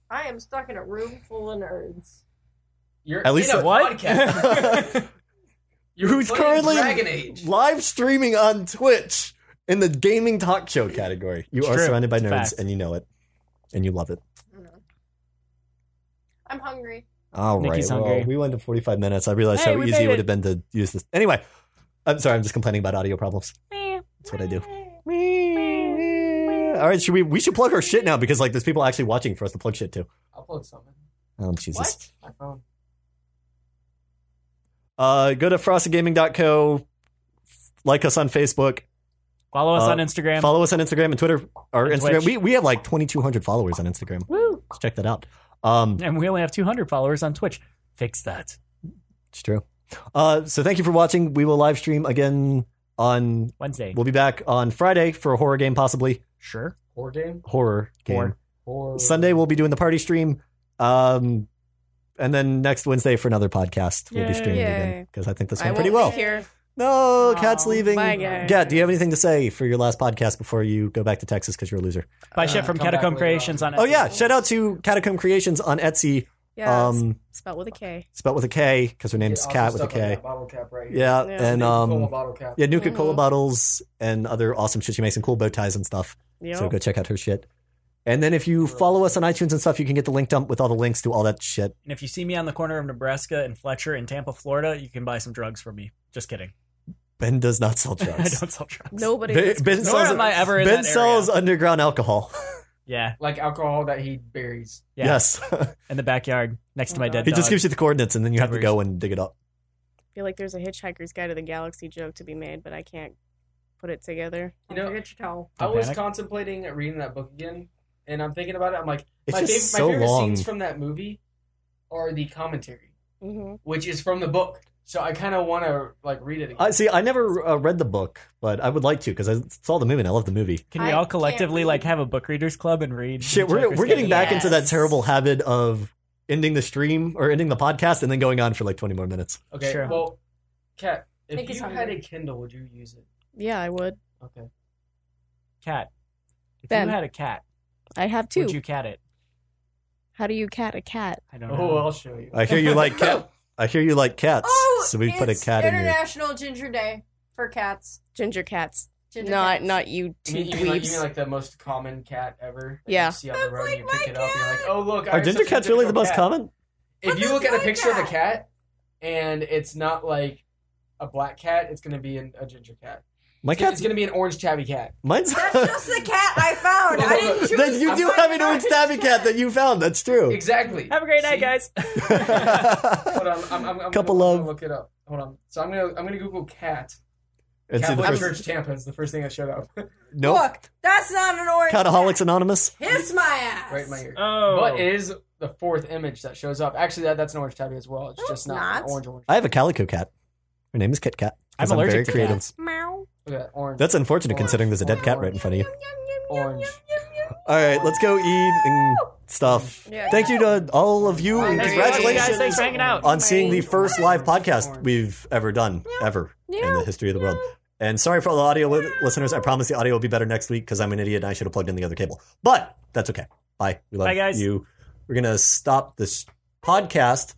Speaker 4: I am stuck in a room full of nerds.
Speaker 1: You're
Speaker 2: At least
Speaker 1: in a
Speaker 2: it-
Speaker 3: What?
Speaker 1: podcast. You're
Speaker 2: Who's
Speaker 1: playing
Speaker 2: currently-
Speaker 1: Dragon Age?
Speaker 2: Live streaming on Twitch in the gaming talk show category. You
Speaker 3: It's
Speaker 2: are
Speaker 3: true.
Speaker 2: surrounded by
Speaker 3: It's a
Speaker 2: nerds
Speaker 3: fact.
Speaker 2: and you know it. And you love it.
Speaker 4: I don't know. I'm hungry.
Speaker 2: All right.
Speaker 3: Nikki's
Speaker 2: Well,
Speaker 3: hungry.
Speaker 2: we went to 45 minutes. I realized
Speaker 3: Hey,
Speaker 2: how
Speaker 3: we
Speaker 2: easy
Speaker 3: made
Speaker 2: it would
Speaker 3: it.
Speaker 2: have been to use this. Anyway, I'm sorry. I'm just complaining about audio problems. That's what I do. All right, should we? We should plug our shit now because like there's people actually watching for us to plug shit to.
Speaker 1: I'll upload something.
Speaker 2: Oh Jesus!
Speaker 4: What?
Speaker 1: My phone.
Speaker 2: Uh, go to frostedgaming.co, like us on Facebook,
Speaker 3: Follow us
Speaker 2: Uh,
Speaker 3: on Instagram.
Speaker 2: follow us on Instagram and Twitter. Our
Speaker 3: And
Speaker 2: Instagram,
Speaker 3: Twitch.
Speaker 2: we we have like 2,200 followers on Instagram.
Speaker 3: Woo.
Speaker 2: Let's check that out. Um,
Speaker 3: and we only have 200 followers on Twitch. Fix that.
Speaker 2: it's true. Uh, so thank you for watching. We will live stream again on.
Speaker 3: Wednesday.
Speaker 2: We'll be back on Friday for a horror game, possibly
Speaker 3: Sure.
Speaker 1: Horror game.
Speaker 2: horror game.
Speaker 3: Horror.
Speaker 1: Horror.
Speaker 2: Sunday we'll be doing the party stream. Um and then next Wednesday for another podcast we'll be
Speaker 3: Yay.
Speaker 2: streaming again
Speaker 5: Yay.
Speaker 2: because I think this
Speaker 5: I
Speaker 2: went
Speaker 5: won't
Speaker 2: pretty
Speaker 5: be
Speaker 2: well.
Speaker 5: here.
Speaker 2: No, cat's
Speaker 4: Aw,
Speaker 2: leaving.
Speaker 5: Bye, guys.
Speaker 2: Gat, do you have anything to say for your last podcast before you go back to Texas because you're a loser?
Speaker 3: Buy
Speaker 1: Uh,
Speaker 3: shit from
Speaker 1: come back
Speaker 3: Catacomb
Speaker 1: later
Speaker 3: Creations
Speaker 1: on.
Speaker 3: on
Speaker 2: Oh yeah,
Speaker 3: Etsy.
Speaker 2: shout out to Catacomb Creations on Etsy.
Speaker 5: Yeah. Um,
Speaker 2: Um,
Speaker 5: spelled with a K.
Speaker 2: spelled with a K because her
Speaker 1: Get
Speaker 2: name's
Speaker 1: awesome
Speaker 2: Cat with a
Speaker 1: stuff like
Speaker 2: K.
Speaker 1: that bottle cap right here.
Speaker 2: Yeah,
Speaker 5: Yeah.
Speaker 2: and
Speaker 1: Coca-Cola
Speaker 2: um,
Speaker 1: bottle cap.
Speaker 2: yeah, Nuka Cola
Speaker 5: Mhm.
Speaker 2: bottles and other awesome shit. She makes and cool bow ties and stuff.
Speaker 5: Yep.
Speaker 2: So go check out her shit. And then if you follow us on iTunes and stuff, you can get the link dump with all the links to all that shit.
Speaker 3: And if you see me on the corner of Nebraska and Fletcher in Tampa, Florida, you can buy some drugs from me. Just kidding.
Speaker 2: Ben does not sell
Speaker 3: I
Speaker 2: drugs.
Speaker 3: don't sell drugs.
Speaker 5: Nobody.
Speaker 2: Ben,
Speaker 5: listens.
Speaker 2: Ben
Speaker 3: Nor
Speaker 2: sells,
Speaker 3: am I ever in
Speaker 2: Ben
Speaker 3: that area.
Speaker 2: sells underground alcohol.
Speaker 3: Yeah.
Speaker 1: Like alcohol that he buries.
Speaker 3: Yeah.
Speaker 2: Yes.
Speaker 3: In the backyard next to my dead
Speaker 2: he
Speaker 3: dog.
Speaker 2: just gives you the coordinates and then you have to
Speaker 3: Debris.
Speaker 2: go and dig it up.
Speaker 5: I feel like there's a Hitchhiker's Guide to the Galaxy joke to be made, but I can't put it together.
Speaker 1: You
Speaker 4: Don't
Speaker 1: know,
Speaker 4: forget your toe.
Speaker 1: I
Speaker 3: Don't
Speaker 1: was
Speaker 3: panic.
Speaker 1: contemplating reading that book again, and I'm thinking about it. I'm like,
Speaker 2: It's
Speaker 1: my, fav-
Speaker 2: just
Speaker 1: my
Speaker 2: so
Speaker 1: favorite
Speaker 2: long.
Speaker 1: scenes from that movie are the commentary,
Speaker 5: Mhm.
Speaker 1: which is from the book. So I kind of want to like read it again.
Speaker 2: I see. I never uh, read the book, but I would like to because I saw the movie and I love the movie.
Speaker 3: Can we
Speaker 4: I
Speaker 3: all
Speaker 4: can't
Speaker 3: collectively
Speaker 4: read.
Speaker 3: like have a book readers club and read?
Speaker 2: Shit, we're
Speaker 3: Hitchhiker's
Speaker 2: we're getting
Speaker 3: Guide
Speaker 2: back into that
Speaker 4: Yes.
Speaker 2: terrible habit of ending the stream or ending the podcast and then going on for like 20 more minutes.
Speaker 1: Okay.
Speaker 3: Sure.
Speaker 1: Well, Kat, if
Speaker 4: Think he's
Speaker 1: you had
Speaker 4: hungry.
Speaker 1: a Kindle, would you use it?
Speaker 5: Yeah, I would.
Speaker 1: Okay.
Speaker 7: Cat. If
Speaker 5: Ben.
Speaker 7: you had a cat,
Speaker 5: I have two.
Speaker 7: would you cat it?
Speaker 5: How do you cat a cat?
Speaker 7: I don't know.
Speaker 1: Oh, I'll show you.
Speaker 2: I hear you like cat. I hear you like cats.
Speaker 4: Oh,
Speaker 2: so we put a
Speaker 4: it's
Speaker 2: cat in your.
Speaker 4: International Ginger Day for cats.
Speaker 5: Ginger cats.
Speaker 4: Ginger
Speaker 5: not
Speaker 4: cats.
Speaker 5: not you
Speaker 1: You
Speaker 5: two
Speaker 1: mean, you, mean like, you
Speaker 5: dweebs.
Speaker 1: mean like the most common cat ever? that
Speaker 5: Yeah.
Speaker 1: You see on the
Speaker 4: That's
Speaker 1: road, and
Speaker 4: like
Speaker 1: you
Speaker 4: my
Speaker 1: pick it up, and you're like,
Speaker 4: cat!
Speaker 1: oh look. I
Speaker 2: Are ginger
Speaker 1: such a
Speaker 2: cats really the
Speaker 1: typical
Speaker 2: most
Speaker 1: cat.
Speaker 2: common?
Speaker 4: But
Speaker 1: If you look
Speaker 4: that's
Speaker 1: at a
Speaker 4: my
Speaker 1: picture of a
Speaker 4: cat.
Speaker 1: cat, and it's not like a black cat, it's gonna be an, a ginger cat.
Speaker 2: My
Speaker 1: It's, it's
Speaker 2: cat's
Speaker 1: gonna be an orange tabby cat.
Speaker 2: mine's.
Speaker 4: That's just the cat I found. I didn't choose.
Speaker 2: Then you
Speaker 4: I'm
Speaker 2: do
Speaker 4: not
Speaker 2: have an
Speaker 4: even
Speaker 2: orange
Speaker 4: on-
Speaker 2: tabby cat that you found. That's true.
Speaker 1: Exactly.
Speaker 3: Have a great night,
Speaker 1: See?
Speaker 3: guys.
Speaker 1: Hold on, I'm, I'm, I'm
Speaker 2: Couple
Speaker 1: gonna, I'm
Speaker 2: of-
Speaker 1: gonna look it up. Hold on. So I'm gonna I'm gonna Google cat.
Speaker 2: and see the
Speaker 1: Catholic
Speaker 2: first,
Speaker 1: Church Tampa is the first thing that showed up.
Speaker 2: nope.
Speaker 4: Look, that's not an orange.
Speaker 2: Cataholics Anonymous.
Speaker 4: cat. Kiss my ass.
Speaker 1: right in my ear.
Speaker 3: Oh,
Speaker 1: But it is the fourth image that shows up. Actually, that, that's an orange tabby as well. It's
Speaker 4: No,
Speaker 1: just
Speaker 4: it's
Speaker 1: not,
Speaker 4: not.
Speaker 1: An orange orange.
Speaker 2: I have a calico cat. Her name is Kit Kat. 'cause
Speaker 7: I'm allergic
Speaker 2: very
Speaker 7: to
Speaker 2: creative.
Speaker 7: cats.
Speaker 4: Meow.
Speaker 1: Look at that orange.
Speaker 2: That's unfortunate considering there's a dead cat right in front of you.
Speaker 1: orange.
Speaker 2: All right, let's go eat and stuff.
Speaker 5: Yeah.
Speaker 2: Thank you to all of you, and
Speaker 5: Thank you.
Speaker 2: congratulations
Speaker 3: guys. Thanks for hanging out.
Speaker 2: on seeing the
Speaker 5: Amazing.
Speaker 2: first live podcast we've ever done, ever in the history of the world. And sorry for all the audio li- listeners. I promise the audio will be better next week because I'm an idiot and I should have plugged in the other cable. But that's okay. Bye. We love
Speaker 3: Bye, guys.
Speaker 2: you. We're gonna stop this podcast